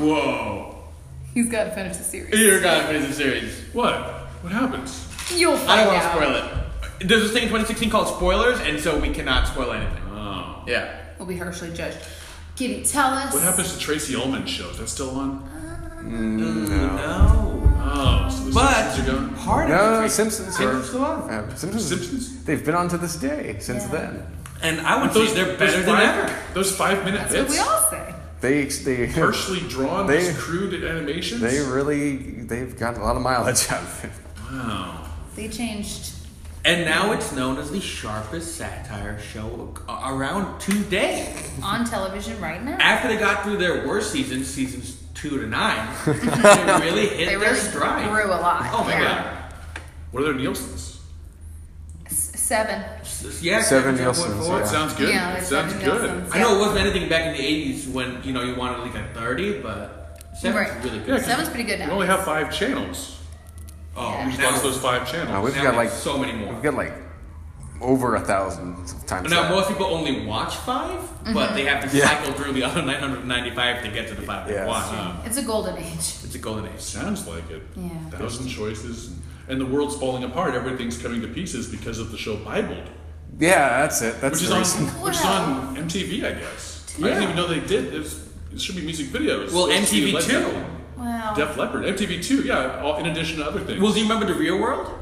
Whoa! He's got to finish the series. You're gonna finish the series. What? What happens? You'll I find don't want to out. spoil it. There's this thing in 2016 called spoilers, and so we cannot spoil anything. Oh. Yeah. We'll be harshly judged. Giddy, tell us. What happens to Tracy Ullman's show? Is that still on? No. Oh, so the But Simpsons are gone? no, Simpsons. are- Simpsons still on? uh, Simpsons. Simpsons. They've been on to this day since then. And I would say they're better than five, ever. Those five-minute That's what bits. we all say. They they Partially drawn, They- just crude animations. They really they've got a lot of mileage out of it. Wow. They changed. And now it's known as the sharpest satire show a- around today. On television right now. After they got through their worst seasons, seasons two to nine, they really hit They their really stride. grew a lot, Oh my yeah. god. What are their Nielsen's? S- Seven. Yeah, Seven 10.4. Nielsen's, yeah. Sounds good. Yeah, it there's sounds seven good. Nielsen's, I know it wasn't anything back in the '80s when you know you wanted like a 30, but seven's Right. really Yeah, good. 'cause Seven's pretty good now. We only have five channels. Oh, we just now- lost those five channels. Now, we've Now got we like have so many more. We've got like over a thousand times. Now that. most people only watch 5 Mhm. but they have to Yeah. cycle through the other 995 to get to the five they Yes. watch. It's a golden age. It's a golden age. Sounds like it. Yeah. Thousand choices, and, and the world's falling apart. Everything's coming to pieces because of the show Bibled, yeah, that's it. That's which is the on reason. which is on MTV, I guess. I didn't even know they did. There's, there should be music videos. Well, Let's see, MTV Led too. Zeppelin, Wow. Def Leppard, MTV Two. Yeah, all, in addition to other things. Well, do you remember the real world?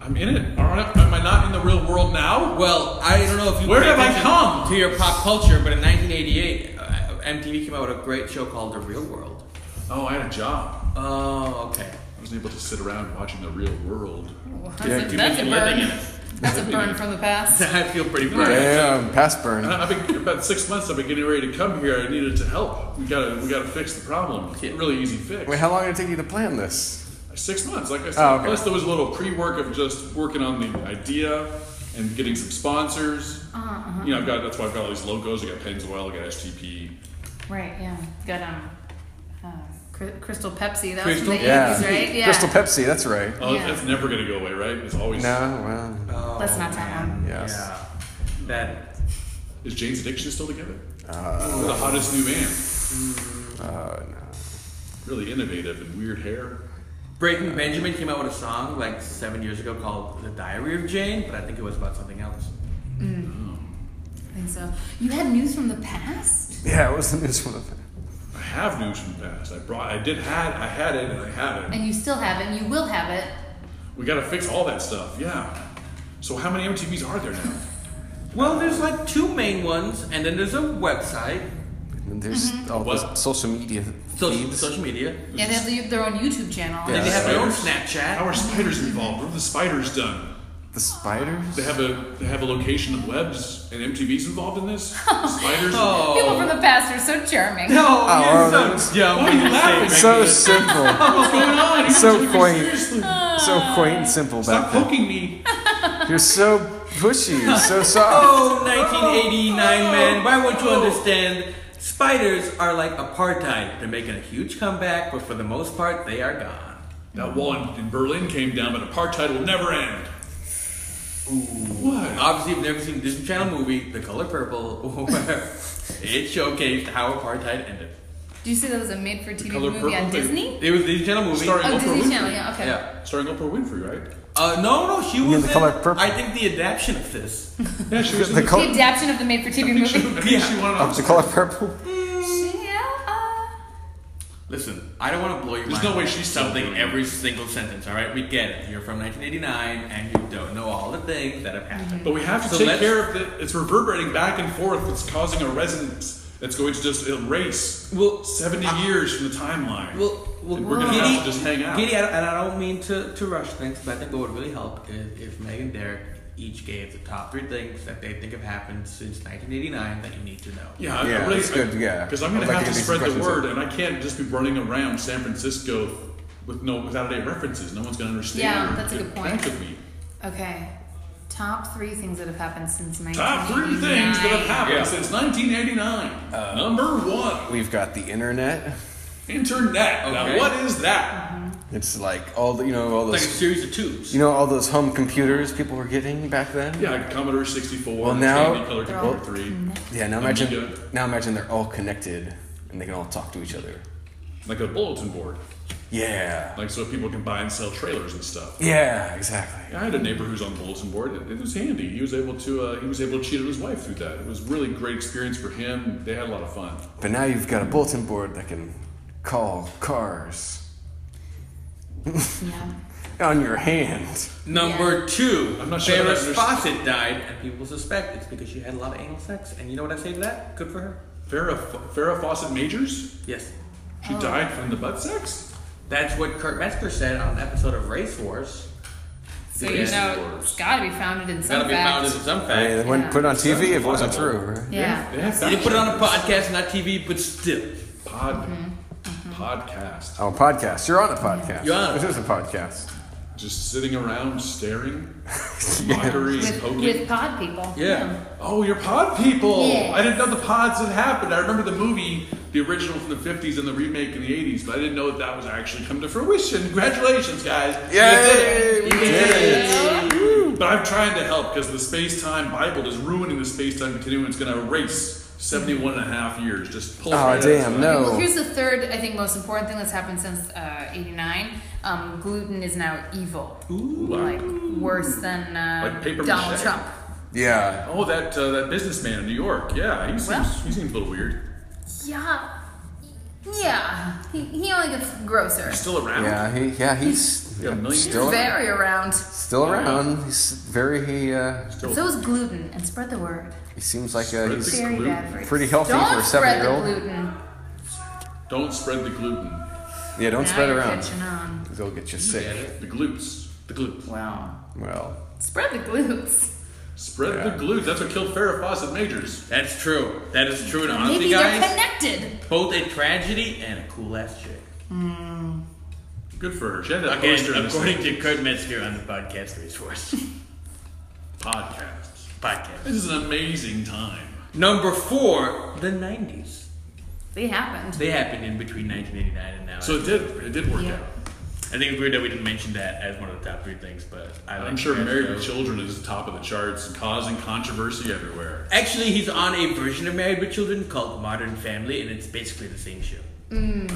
I'm in it. Aren't I- am I not in the real world now? Well, I don't know if you Where pay have I attention come? to your pop culture, but in 1988, uh, MTV came out with a great show called The Real World. Oh, I had a job. Oh, okay. I wasn't able to sit around watching the real world. That's, a, that's a burn. That's a burn from the past. I feel pretty burned. Damn, past burn. And I- I've been about six months. I've been getting ready to come here. I needed to help. We gotta, we gotta fix the problem. Really easy fix. Wait, how long did it take you to plan this? Six months, like I said. Oh, okay. Plus, there was a little pre-work of just working on the idea and getting some sponsors. Uh-huh. You know, I've got that's why I've got all these logos. I got Pennzoil. I got STP. Right, yeah. Got um, uh, Cry- Crystal Pepsi. That Crystal was from the Yeah. 80s, right? Yeah. Crystal Pepsi. That's right. Oh, Yeah. that's never gonna go away, right? It's always No, well, Let's not tell him. yes. That Is Jane's Addiction still together? They're the hottest new band. Uh, no. Really innovative and weird hair. Breaking Benjamin came out with a song like seven years ago called The Diary of Jane, but I think it was about something else. Mm. I think so. You had news from the past? Yeah, it was the news one. I have news from the past. I brought. I did had. I had it, and I have it. And you still have it, and you will have it. We gotta fix all that stuff. Yeah. So how many MTVs are there now? Well, there's like two main ones, and then there's a website, And there's all What? this social media. social, social media. Yeah, they have the- their own YouTube channel. Then they have their own Snapchat. How are spiders involved? What have the spiders done? The spiders? They have a they have a location of webs and MTV's involved in this. Spiders. People from the past are so charming. No, Oh, you're are so dumb. Why are you laughing? So simple. What's going on? You're so taking me quaint. seriously. So quaint and simple Stop back then. poking me. You're so pushy. You're so soft. Oh, 1989, man. Why won't you understand? Spiders are like apartheid. They're making a huge comeback, but for the most part, they are gone. That wall in, in Berlin came down, but apartheid will never end. What? Obviously, you've never seen the Disney Channel movie, The Color Purple, where it showcased how apartheid ended. Do you see that was a made for TV Color movie on Purple? Disney? It was a Disney Channel movie. Starring Oh, Oprah Disney Winfrey. Channel, yeah, okay. Yeah. Starring Oprah Winfrey, right? Uh, no, no, she mean was The in, Color Purple? I think, the adaptation of this. Yeah, she was in The the, col- The adaptation of the made for TV movie. I think she won an Of the Oscar. color purple. Yeah. Listen, I don't want to blow your There's mind. no way with she's still something doing it. every single sentence. All right, we get it. You're from 1989, and you don't know all the things that have happened. But we have to So take let's- care of it. It's reverberating back and forth. It's causing a resonance that's going to just erase well, 70 years from the timeline. Well, well, and we're going to Giddy- have to just hang out. Giddy, I don't- and I don't mean to, to rush things, but I think what would really help is if Meg and Derek each gave the top three things that they think have happened since 1989 that you need to know. Yeah, I- I really, Because I'm going I'd to have to like to get these spread the questions word, in. and I can't just be running around San Francisco with no without any references. No one's going to understand. Yeah, or that's a get good point. back at me. Okay. Top three things that have happened since 19. Top three things that have happened Yeah. since 1989. Number one. We've got the internet. Internet. Now, Okay. what is that? It's like all the you know all It's those like a series of tubes. You know all those home computers people were getting back then. Yeah, like Commodore 64. Well, now- Tandy Color They're Computer all 3. Yeah. Now Amiga. imagine now imagine they're all connected and they can all talk to each other. Like a bulletin board. Yeah. Like so people can buy and sell trailers and stuff. Yeah. Exactly. I had a neighbor who's on bulletin board. It, it was handy. He was able to uh, he was able to cheat on his wife through that. It was really great experience for him. They had a lot of fun. But now you've got a bulletin board that can call cars. On your hand. Number two, I'm not sure that I Farrah understand- Fawcett died, and people suspect it's because she had a lot of anal sex. And you know what I say to that? Good for her. Farrah, Farrah Fawcett Majors? Yes. She Oh. died from the butt sex? That's what Kurt Metzger said on an episode of Race Wars. So you know, it's got to be founded in It's some gotta be founded fact. in some fact. I mean, they wouldn't put it on TV if it wasn't true, right? Yeah. They have You didn't put it on a podcast, not TV, but still. Pod. Podcast. Oh, podcast. You're on a podcast. You're on. This is a podcast. Just sitting around staring, mockery and With, poking. with pod people. Yeah. Oh, you're pod people. Yeah. I didn't know the pods had happened. I remember the movie, the original from the 50s and the remake in the 80s, but I didn't know that that was actually come to fruition. Congratulations, guys. You Yay! did it. We You did did it. Woo. But I'm trying to help because the space time Bible is ruining the space time continuum. It's going to erase 71 and a half years. Just pull Oh, damn, no. Well, here's the third, I think, most important thing that's happened since uh, '89. Um, gluten is now evil. Like worse than uh, Like paper Donald mache. Trump. Yeah. Oh, that uh, that businessman in New York. Yeah, he seems, Well. he seems a little weird. Yeah. Yeah. He, he only gets grosser. He's still around. Yeah, he, yeah, he's Yeah, a million- still, very around. still around. He's very he. Uh, So is gluten, and spread the word. he seems like uh, he's Very bad for you. pretty healthy Don't for a seven-year-old. spread the gluten. Don't spread the gluten. Yeah, don't Now spread you're around. catching on. 'Cause They'll get you sick. The glutes. The glutes. Wow. Well, Spread the glutes. Spread the glutes. That's what killed Farrah Fawcett Majors. That's true. That is true. And honestly, Maybe guys, they're connected. both a tragedy and a cool ass chick. Good for her. She had that Again, poster in this according thing. to Kurt Metzger on the podcast Race Wars. Podcasts. Podcast. This is an amazing time. Number four, the 90s. They happened. They happened in between 1989 and now. So it did. It did work out. I think it's weird that we didn't mention that as one of the top three things, but I like I'm sure that Married though. with Children is top of the charts and causing controversy everywhere. Actually, he's on a version of Married with Children called Modern Family, and it's basically the same show. Oh. Mm.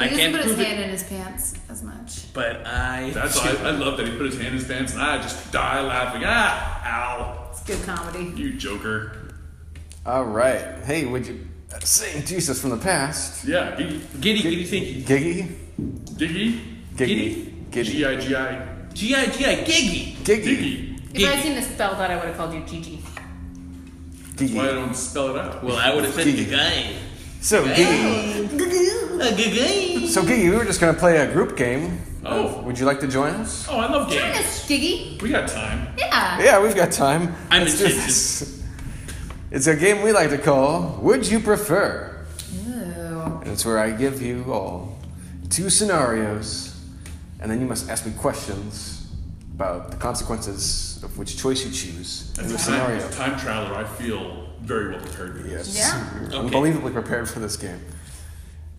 I He doesn't can't put his prove it. hand in his pants as much. But I. That's why I, I love that he put his hand in his pants and I just die laughing. Ah, ow. It's good comedy. You joker. all right. Hey, would you sing Jesus from the past? Yeah, Giddy. Giddy, Giddy, Sinky. Giggy, Diggy. Giggy, Giddy, G-I-G-I. G-I-G-I. Giggy. Giggy. If I had seen this spelled out, I would have called you Gigi. That's why I don't spell it out. Well, I would have said the guy. So Giggy. Uh, So Giggy, we were just gonna play a group game. Oh. Would you like to join us? Oh, I love Join games. us, Gigi. We got time. Yeah. Yeah, we've got time. I'm Let's do this. It's a game we like to call Would You Prefer? Ew. And it's where I give you all two scenarios, and then you must ask me questions about the consequences of which choice you choose in As the a time, scenario. as a time traveler, I feel very well prepared for this. Yes. You're Unbelievably prepared for this game.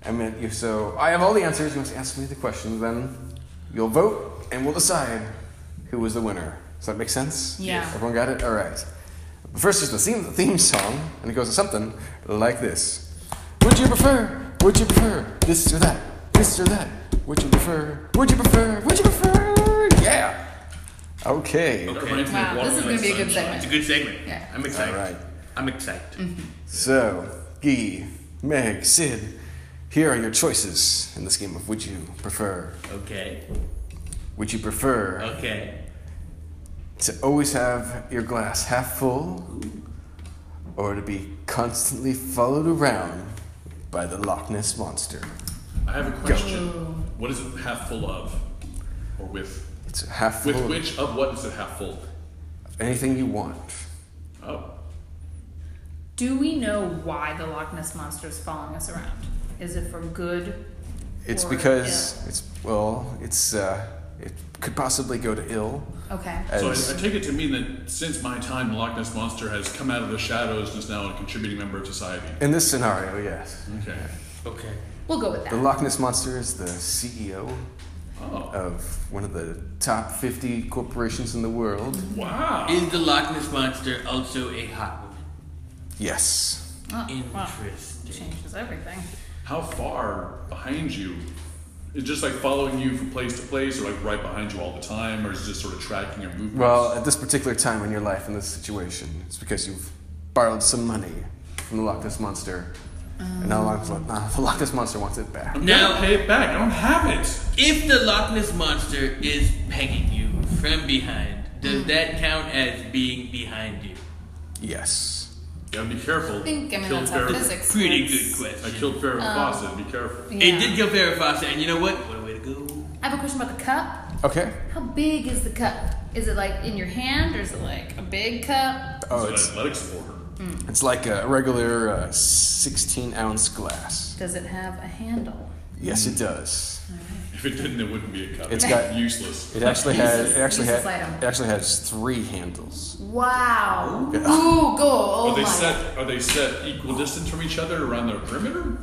I mean, you, so I have all the answers. You must ask me the questions. Then you'll vote, and we'll decide who was the winner. Does that make sense? Yeah. Yes. Everyone got it? All right. First is the theme, the theme song, and it goes something like this Would you prefer? Would you prefer this or that? This or that? Would you prefer? Would you prefer? Would you prefer? Yeah. Okay. Okay. Wow, this is gonna be a good segment. It's a good segment. Yeah. Mm. I'm excited. All right. I'm excited. So, Gee, Meg, Sid, Here are your choices in this game of Would You Prefer. Okay. Would you prefer Okay. to always have your glass half full or to be constantly followed around by the Loch Ness Monster? I have a question. What is it half full of? Or with? It's half With full of- which of what is it half full? Anything you want. Oh. Do we know why the Loch Ness monster is following us around? Is it for good? It's or because it's, well, it's, uh, it could possibly go to ill. Okay. So as- I, I take it to mean that since my time, the Loch Ness Monster has come out of the shadows and is now a contributing member of society. in this scenario, yes. Okay. Okay. We'll go with that. The Loch Ness Monster is the CEO of one of the top 50 corporations in the world. Mm-hmm. Wow. Is the Loch Ness monster also a hot woman? Yes. Oh, wow. Interesting. Changes everything. How far behind you? Is it just like following you from place to place, or like right behind you all the time, or is it just sort of tracking your movements? Well, at this particular time in your life, in this situation, it's because you've borrowed some money from the Loch Ness Monster. And now the Loch, now the Loch Ness Monster wants it back. Now pay it back. I don't have it. If the Loch Ness monster is pegging you from behind, Mm. does that count as being behind you? Yes. Gotta be careful. I think, I mean, Killed that's how Farrah- physics Pretty works. good question. I killed Farrah Um, Fawcett. Be careful. It did kill Farrah Fawcett, and you know what? What a way to go. I have a question about the cup. Okay. How big is the cup? Is it like in your hand, or is it like a big cup? Oh, it's, athletic supporter. Mm. It's like a regular uh, 16 ounce glass. Does it have a handle? Yes, it does. If it didn't, it wouldn't be a cup. It's got useless. It actually has. It Useless- actually useless has. item. It actually has three handles. Wow. Yeah. Ooh, go. Oh are they my. set? Are they set equal distance from each other around their perimeter?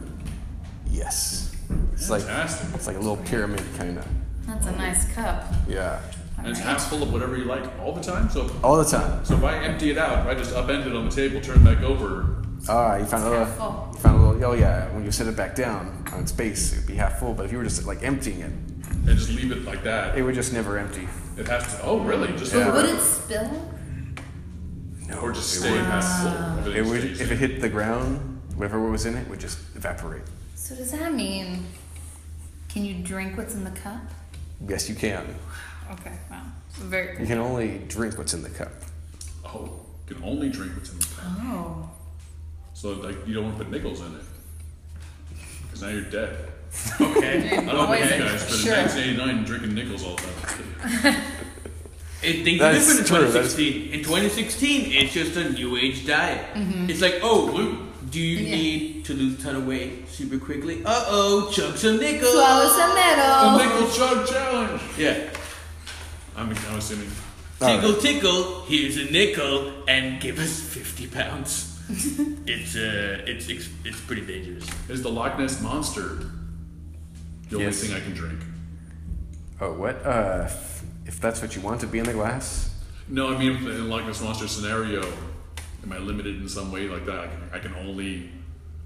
Yes. It's like it's like a little pyramid kind of. That's a nice cup. Yeah. And it's half full of whatever you like all the time. So All the time. so if I empty it out, if I just upend it on the table, turn it back over. Ah, you found a half little. full. You found a little. Oh yeah. When you set it back down on its base, it'd be half full. But if you were just like emptying it, and just leave it like that, it would just never empty. It has to. Oh really? Just Yeah. Would it spill? or just stay half full. It would if it hit the ground. Whatever was in it would just evaporate. So does that mean? Can you drink what's in the cup? Yes, you can. Okay. Wow. Very. You can only drink what's in the cup. Oh, you can only drink what's in the cup. Oh. So like you don't want to put nickels in it, because now you're dead. Okay. I don't know about you guys, but Sure. in 1989, drinking nickels all the time. It things That are is different in true, that is- 2016. In 2016, it's just a new age diet. Mm-hmm. Mhm. It's like, oh, Luke, do you Yeah. need to lose a ton of weight super quickly? Uh oh, chug some nickels. Swallow some Oh. metal. The nickel chug challenge. Yeah. I'm, I'm assuming. Tickle, tickle. Here's a nickel, and give us 50 pounds. it's uh, it's, it's it's pretty dangerous. Is the Loch Ness monster the only thing I can drink? Oh what? Uh, if that's what you want to be in the glass. No, I mean in the Loch Ness monster scenario, am I limited in some way like that? I can, I can only.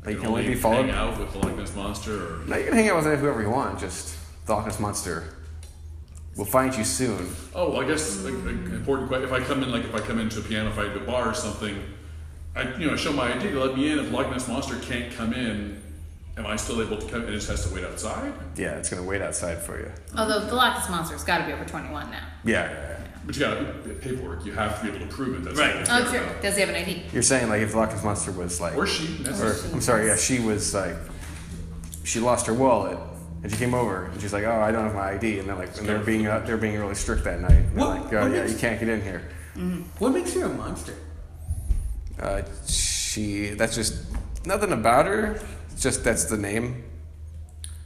I Like, you can only be followed- hang out with the Loch Ness monster. Or... Now you can hang out with whoever you want. Just the Loch Ness monster will find you soon. Oh, well, I guess like, an important question. If I come in, like if I come into a piano fight at a bar or something, I you know show my ID to let me in. If Loch Ness monster can't come in, am I still able to come? It just has to wait outside. Yeah, it's gonna wait outside for you. Although the Loch Ness monster's got to be over 21 now. Yeah, yeah, But you gotta the paperwork. You have to be able to prove it. That's Right. Oh, true. Does he have an ID? yeah. You're saying like if the Loch Ness monster was like, Or she, that's- or- Or she. I'm sorry, yeah, she was like, she lost her wallet and she came over and she's like, oh, I don't have my ID, and they're like, and they're being uh, they're being really strict that night. And they're like, oh what yeah, makes- you can't get in here. What makes her a monster? Uh, she that's just nothing about her. It's just that's the name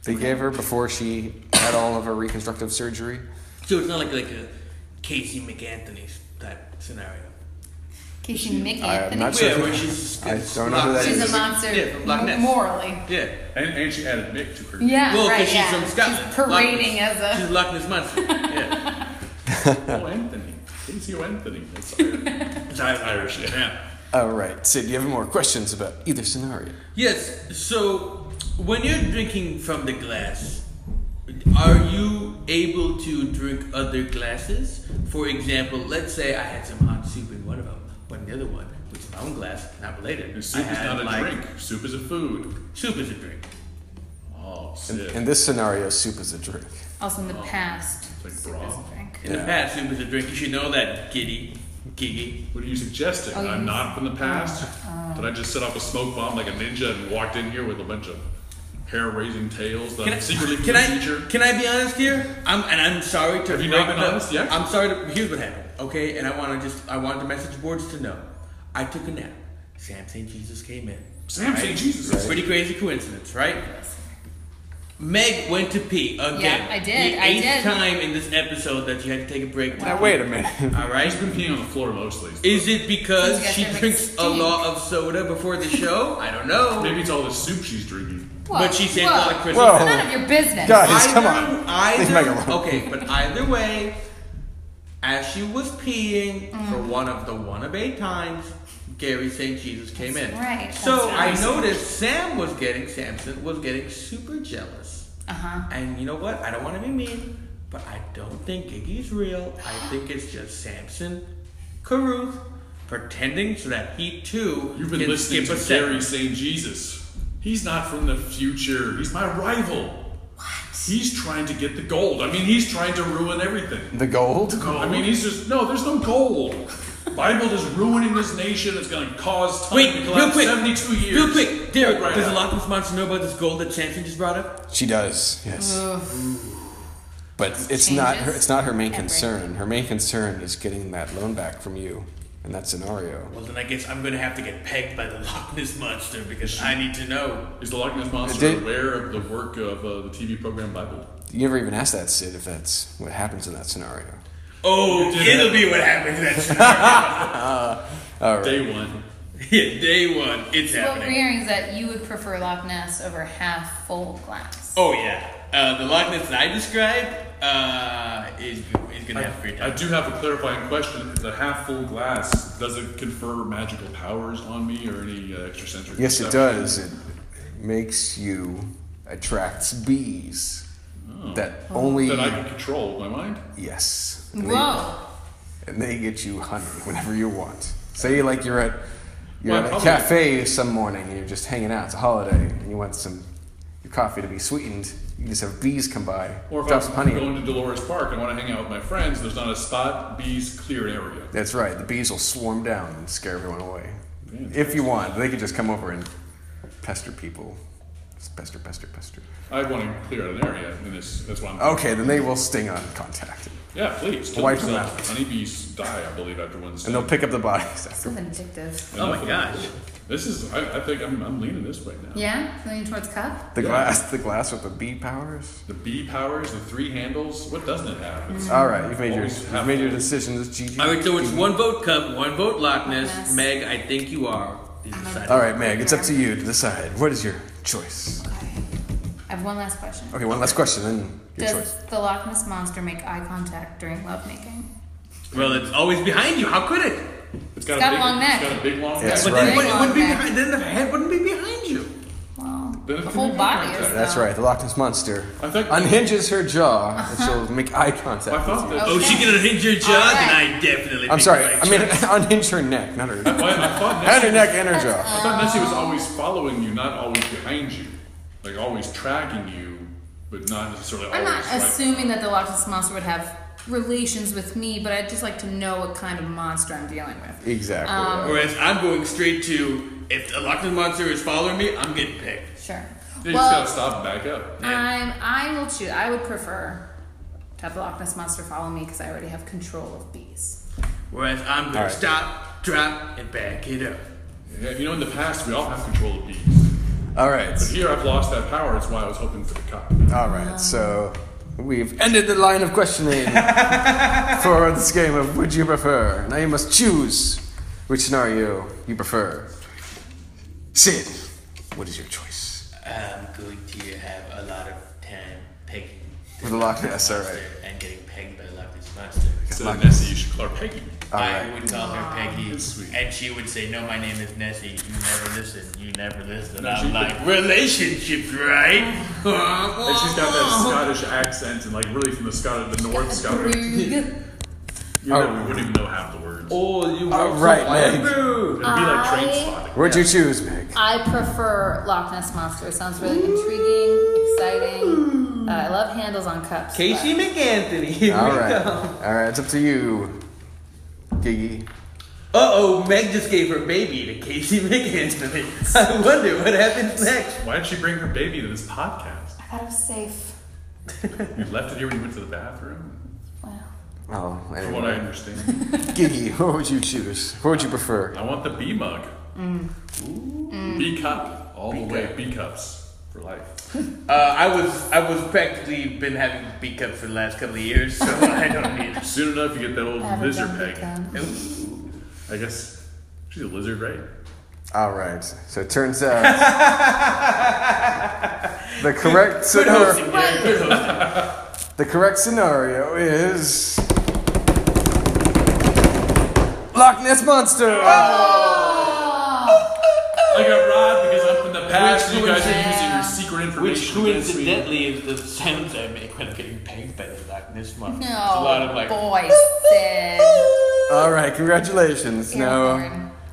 they gave her before she had all of her reconstructive surgery. So it's not like like a Casey McAnthony's type scenario. Casey Mickey. I'm Anthony. not sure. Yeah, if- where she's- I don't know who that She's is. a monster. Yeah, from Loch Ness. Morally. Yeah. And, and she added Mick to her. Yeah, Well, 'cause right, she's yeah. from Scotland. She's parading Loch Ness- as a- She's Loch Ness monster. Yeah. oh, Anthony. Didn't see you, Anthony. That's Irish. That's Irish. Yeah. All Oh, right, Sid, do you have more questions about either scenario? Yes. So when you're drinking from the glass, are you able to drink other glasses? For example, let's say I had some hot soup in one of them, but in the other one, which is my own glass, not related. Soup I is had, not a like- drink. Soup is a food. Soup is a drink. Oh, In, in this scenario, soup is a drink. Also in the past. soup is a drink. In the past, soup is a drink. You should know that, giddy, giggy. What are you suggesting? Oh, you I'm mean- not from the past. Oh. Did I just set off a smoke bomb like a ninja and walked in here with a bunch of hair raising tails that Can I- I'm secretly can from I- the future? Can I be honest here? I'm and I'm sorry to. Have you not break been the- honest yet? I'm sorry. To, here's what happened. Okay, and I want to just I wanted the message boards to know. I took a nap. Sam St. Jesus came in. Sam St. Jesus is- It's a pretty crazy coincidence, right? Meg went to pee again. Yeah, I did, The I eighth did. time in this episode that you had to take a break. Now, wait a minute. All right. She's been peeing on the floor mostly. Is it because You guys she are drinks a lot of soda before the show? I don't know. Maybe it's all the soup she's drinking. but she saved whoa, a lot of Christmas. It's none of your business. Either- Either, Okay, but either way, as she was peeing Mm. for one of the wannabe times, Gary St. Jesus came in. right, that's So right. I noticed Sam was getting Samson was getting super jealous. Uh huh. And you know what? I don't want to be mean, but I don't think Iggy's real. I think it's just Samson Caruth pretending so that he too You've been can listening skip to a step. Gary St. Jesus. He's not from the future. He's my rival. What? He's trying to get the gold. I mean, he's trying to ruin everything. The gold? I mean, he's just no. There's no gold. Bible is ruining this nation. It's going to cause time Wait, to real collapse quick, 72 years. real quick, Derek, Right does now. the Loch Monster know about this gold that Samson just brought up? She does, yes. But it's Changes not her, it's not her main concern. Her main concern is getting that loan back from you in that scenario. Well, then I guess I'm gonna have to get pegged by the Loch Ness monster because I need to know. Is the Loch Ness monster Did- aware of the work of uh, the TV program Bible? You never even asked that, Sid, if that's what happens in that scenario. Oh, You did it'll that. be what happens next. yeah, All right. Day one. day one, it's So what we're happening. hearing is that you would prefer Loch Ness over half full glass. Oh yeah, uh, the Loch Ness that I described uh, is is gonna have free I time. do have a clarifying question. The half full glass, does it confer magical powers on me or any uh, extrasensory Yes, it perception? does. It makes you attracts bees that Oh. only That I can control with my mind? Yes. Oh, Whoa. They, and they get you honey whenever you want. Say like you're at you're Well, at a probably- cafe some morning and you're just hanging out. It's a holiday and you want some your coffee to be sweetened. You just have bees come by, Or if drop some I'm honey. in going to Dolores Park and want to hang out with my friends, there's not a spot, bees, cleared area. That's right. The bees will swarm down and scare everyone away. Mm. If you want, they could just come over and pester people. Just pester, pester, pester. I want to clear out an area in this. That's what I'm Okay, then they will sting on contact. Yeah, please. Kill Wipe them yourself. out. Honeybees die, I believe, after one sting. And they'll pick up the bodies after. So vindictive. Enough of that. This is, I, I think I'm, I'm leaning this way now. Yeah, leaning towards cup. The glass, the glass with the bee powers. The bee powers, the three handles. What doesn't it have? It's- All right, you've made your Always you've have- made your decision. It's GG. All right, so it's one vote Cup, one vote Loch Ness. Meg, I think you are. the deciding All right, Meg. It's up to you to decide. What is your choice? I have one last question. Okay, one last question. Then your Does choice. the Loch Ness monster make eye contact during lovemaking? Well, it's always behind you. How could it? It's got It's a got a big- long neck. it's got a big long That's but right. then, it wouldn't- it wouldn't be Long neck. behind, then the head wouldn't be behind you. Well, the whole body is That's right. The Loch Ness monster I think- unhinges her jaw, and she'll make eye contact. I thought with you. that- Oh, she can unhinge your jaw, then I definitely. I'm think sorry. the right I mean, choice. unhinge her neck, not her. Why am I thought and her neck and her jaw. I thought Nessie was always following you, not always behind you. Like always tracking you, but not necessarily Oh, I'm always. not like- assuming that the Loch Ness monster would have relations with me, but I'd just like to know what kind of monster I'm dealing with. Exactly. Um, Whereas I'm going straight to if the Loch Ness monster is following me, I'm getting picked. Sure. You well, just gotta stop and back up. I'm, I will choose. I would prefer to have the Loch Ness monster follow me because I already have control of bees. Whereas I'm gonna All right. stop, drop, and back it up. Yeah, you know, in the past, we all have control of bees. All right. But here, I've lost that power. That's why I was hoping for the cup. All right. So we've ended the line of questioning for this game of Would You Prefer. Now you must choose which scenario you prefer. Sid, what is your choice? I'm going to have a lot of time pegging. With the Loch Ness, all right. And getting pegged by the Loch Ness monster. So Loch Nessie, Ness. you should call her Peggy. All I right. would call her Peggy, and she would say, "No, my name is Nessie. You never listen. You never listen." And No, I'm she- like, "Relationships, right?" And she's got Oh. that Scottish accent and like really from the Scottish, the North Scottish. You know, we wouldn't even know half the words. Oh, you All right, Meg. It'd be like train I- spotting. What'd you choose, Meg? I prefer Loch Ness monster. It sounds really intriguing, exciting. Uh, I love handles on cups. Casey but- McAnthony. Here All we right. go. All right, it's up to you, Giggy. Uh oh, Meg just gave her baby to Casey McAnthony. I wonder what happens next. Why did she bring her baby to this podcast? I thought it was safe. You left it here when you went to the bathroom. Oh, anyway. From what I understand, Giggy, what would you choose? What would you prefer? I want the B mug, B cup, Mm. all the way. B cups for life. Uh, I was I was practically been having B cup for the last couple of years, so I don't need it. Soon enough, you get that old I haven't lizard done peg. B I guess she's a lizard, right? All right. So it turns out the correct scenario. The correct scenario is Loch Ness monster. I got robbed because I'm in the past. and you guys are using your Yeah. secret Which information. against me. coincidentally is the sounds I make when I'm getting pegged by the Loch Ness No, Monster. It's a lot of like boy, Sid. All right. Congratulations. Now,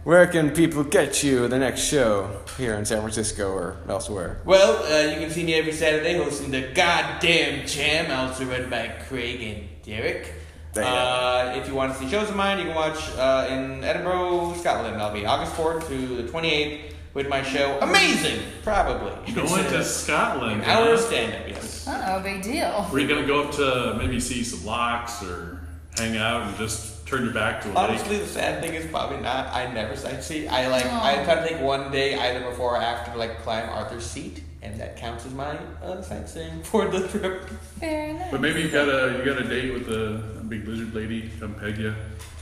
where can people get you the next show here in San Francisco or elsewhere? Well, uh, you can see me every Saturday hosting the goddamn jam, also run by Craig and Derek. There you Uh, if you want to see shows of mine, you can watch uh, in Edinburgh, Scotland. I'll be August 4th to the 28th with my show Amazing, probably. uh, Going to Scotland. An hour of huh? stand up, yes. Oh, big deal. Were you gonna go up to maybe see some locks or hang out and just turn your back to a lake? Honestly, the sad thing is probably not. I never sightsee. I like. I try to take one day either before or after to like climb Arthur's seat, and that counts as my uh, sightseeing for the trip. Very nice. But maybe you got a you got a date with the big lizard lady come peg you.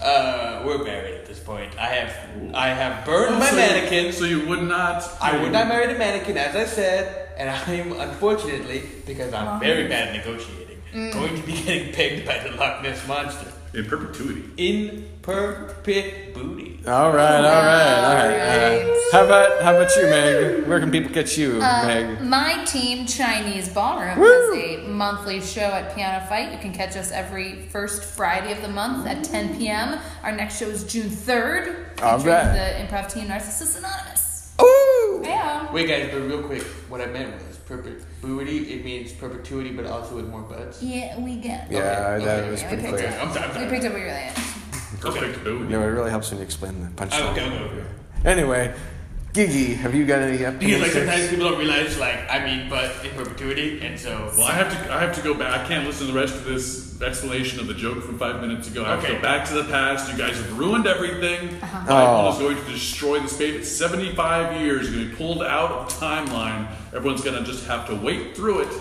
Uh, we're married at this point. I have I have burned my mannequin. So you would not. I would not marry the mannequin, as I said, and I'm unfortunately because I'm very bad at negotiating, Mm. going to be getting pegged by the Loch Ness monster in perpetuity. In perpetuity. All right, all right, all right. Uh, how about how about you, Meg? Where can people get you, Uh, Meg? my team, Chinese Ballroom, is a monthly show at Piano Fight. You can catch us every first Friday of the month at 10 p.m. Our next show is June 3rd. All featuring right. The improv team, Narcissist Anonymous. Ooh! Yeah. Wait, guys, but real quick, what I meant was perpetuity. It means perpetuity, but also with more buds. Yeah, we get. Yeah, that was Yeah, we pretty picked clear. up. We picked up what you were at. No, it really helps when you explain the punchline. Oh, Okay, okay, okay. Anyway, Gigi, have you got any updates? Because like sometimes people don't realize, like I mean, but in perpetuity, and so. Well, I have to. I have to go back. I can't listen to the rest of this explanation of the joke from five minutes ago. I have to Okay. go back to the past. You guys have ruined everything. Uh-huh. Bible Oh. is going to destroy the space. It's Seventy-five years. You're going to be pulled out of timeline. Everyone's going to just have to wait through it.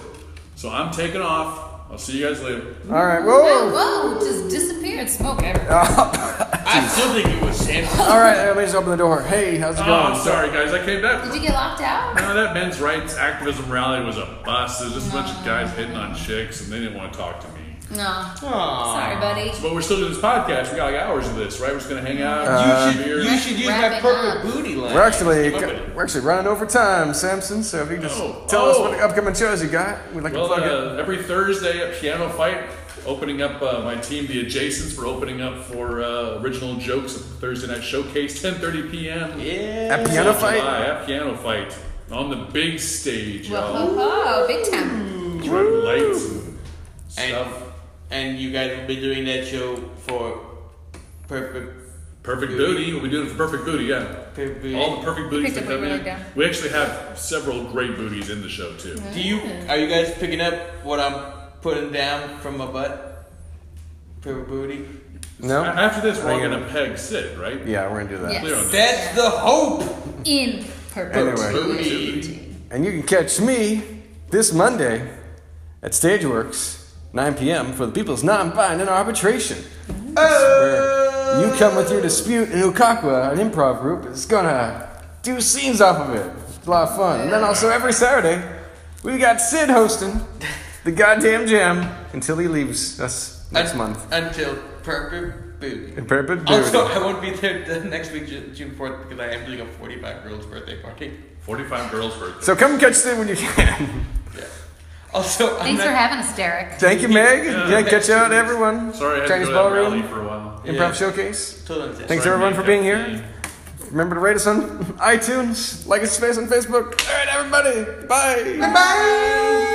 So I'm taking off. I'll see you guys later. All right, Whoa, whoa. whoa, just disappeared smoke everywhere. I still think it was Samson. All right, everybody's open the door. Hey, how's it Oh, going? I'm sorry, guys. I came back. Did you get locked out? No, that men's rights activism rally was a bust. There's just a bunch of guys hitting on chicks, and they didn't want to talk to me. No. Aw. Sorry, buddy. So, but we're still doing this podcast. We got like hours of this, right? We're just gonna hang out. Uh, should, beer. you should use Wrap that it purple up. booty line. We're actually Come we're actually running over time, Samson. So if you can just tell us what upcoming shows you got, we'd like Oh, Well, to plug it. uh, every Thursday at Piano Fight, opening up uh, my team, the Adjacents, we're opening up for uh, original jokes at the Thursday night showcase, 10:30 p.m. Yeah, At Piano Fight? at Piano Fight on the big stage, Whoa, y'all. whoa, whoa, big time. Running lights and And, and you guys will be doing that show for perfect. Perfect Booty. We'll be doing it for Perfect Booty, yeah. Oh. All the perfect booties Picked that up a come really in. good- We actually have several great booties in the show too. Do you are you guys picking up what I'm putting down from my butt? Perfect booty. No. A- After this, we're all I get gonna peg Sid, right? Yeah, we're gonna do that. Yes. Clear on that. That's the hope. In purple. Anyway, and you can catch me this Monday at Stageworks, 9 p.m. for the People's Non-Binding Arbitration. That's where You come with your dispute in Ukakwa, an improv group, is gonna do scenes off of it. It's a lot of fun. And then also every Saturday, we got Sid hosting the goddamn jam until he leaves us next month. Until perfect booty. In Purple Booty. Also, I won't be there the next week, Ju- June fourth, because I am doing a forty-five girls' birthday party. Forty-five girls' birthday. So come catch Sid when you can. Also, I'm Thanks for not- having us, Derek. Thank you, Meg. Yeah, catch out everyone. Sorry, I had Chinese to go to that Ballroom. rally for a while. Improv Showcase. Totally understand. Thanks Sorry, everyone Meg, for being here. Remember to rate us on iTunes, like us on Facebook. All right, everybody. Bye. Bye.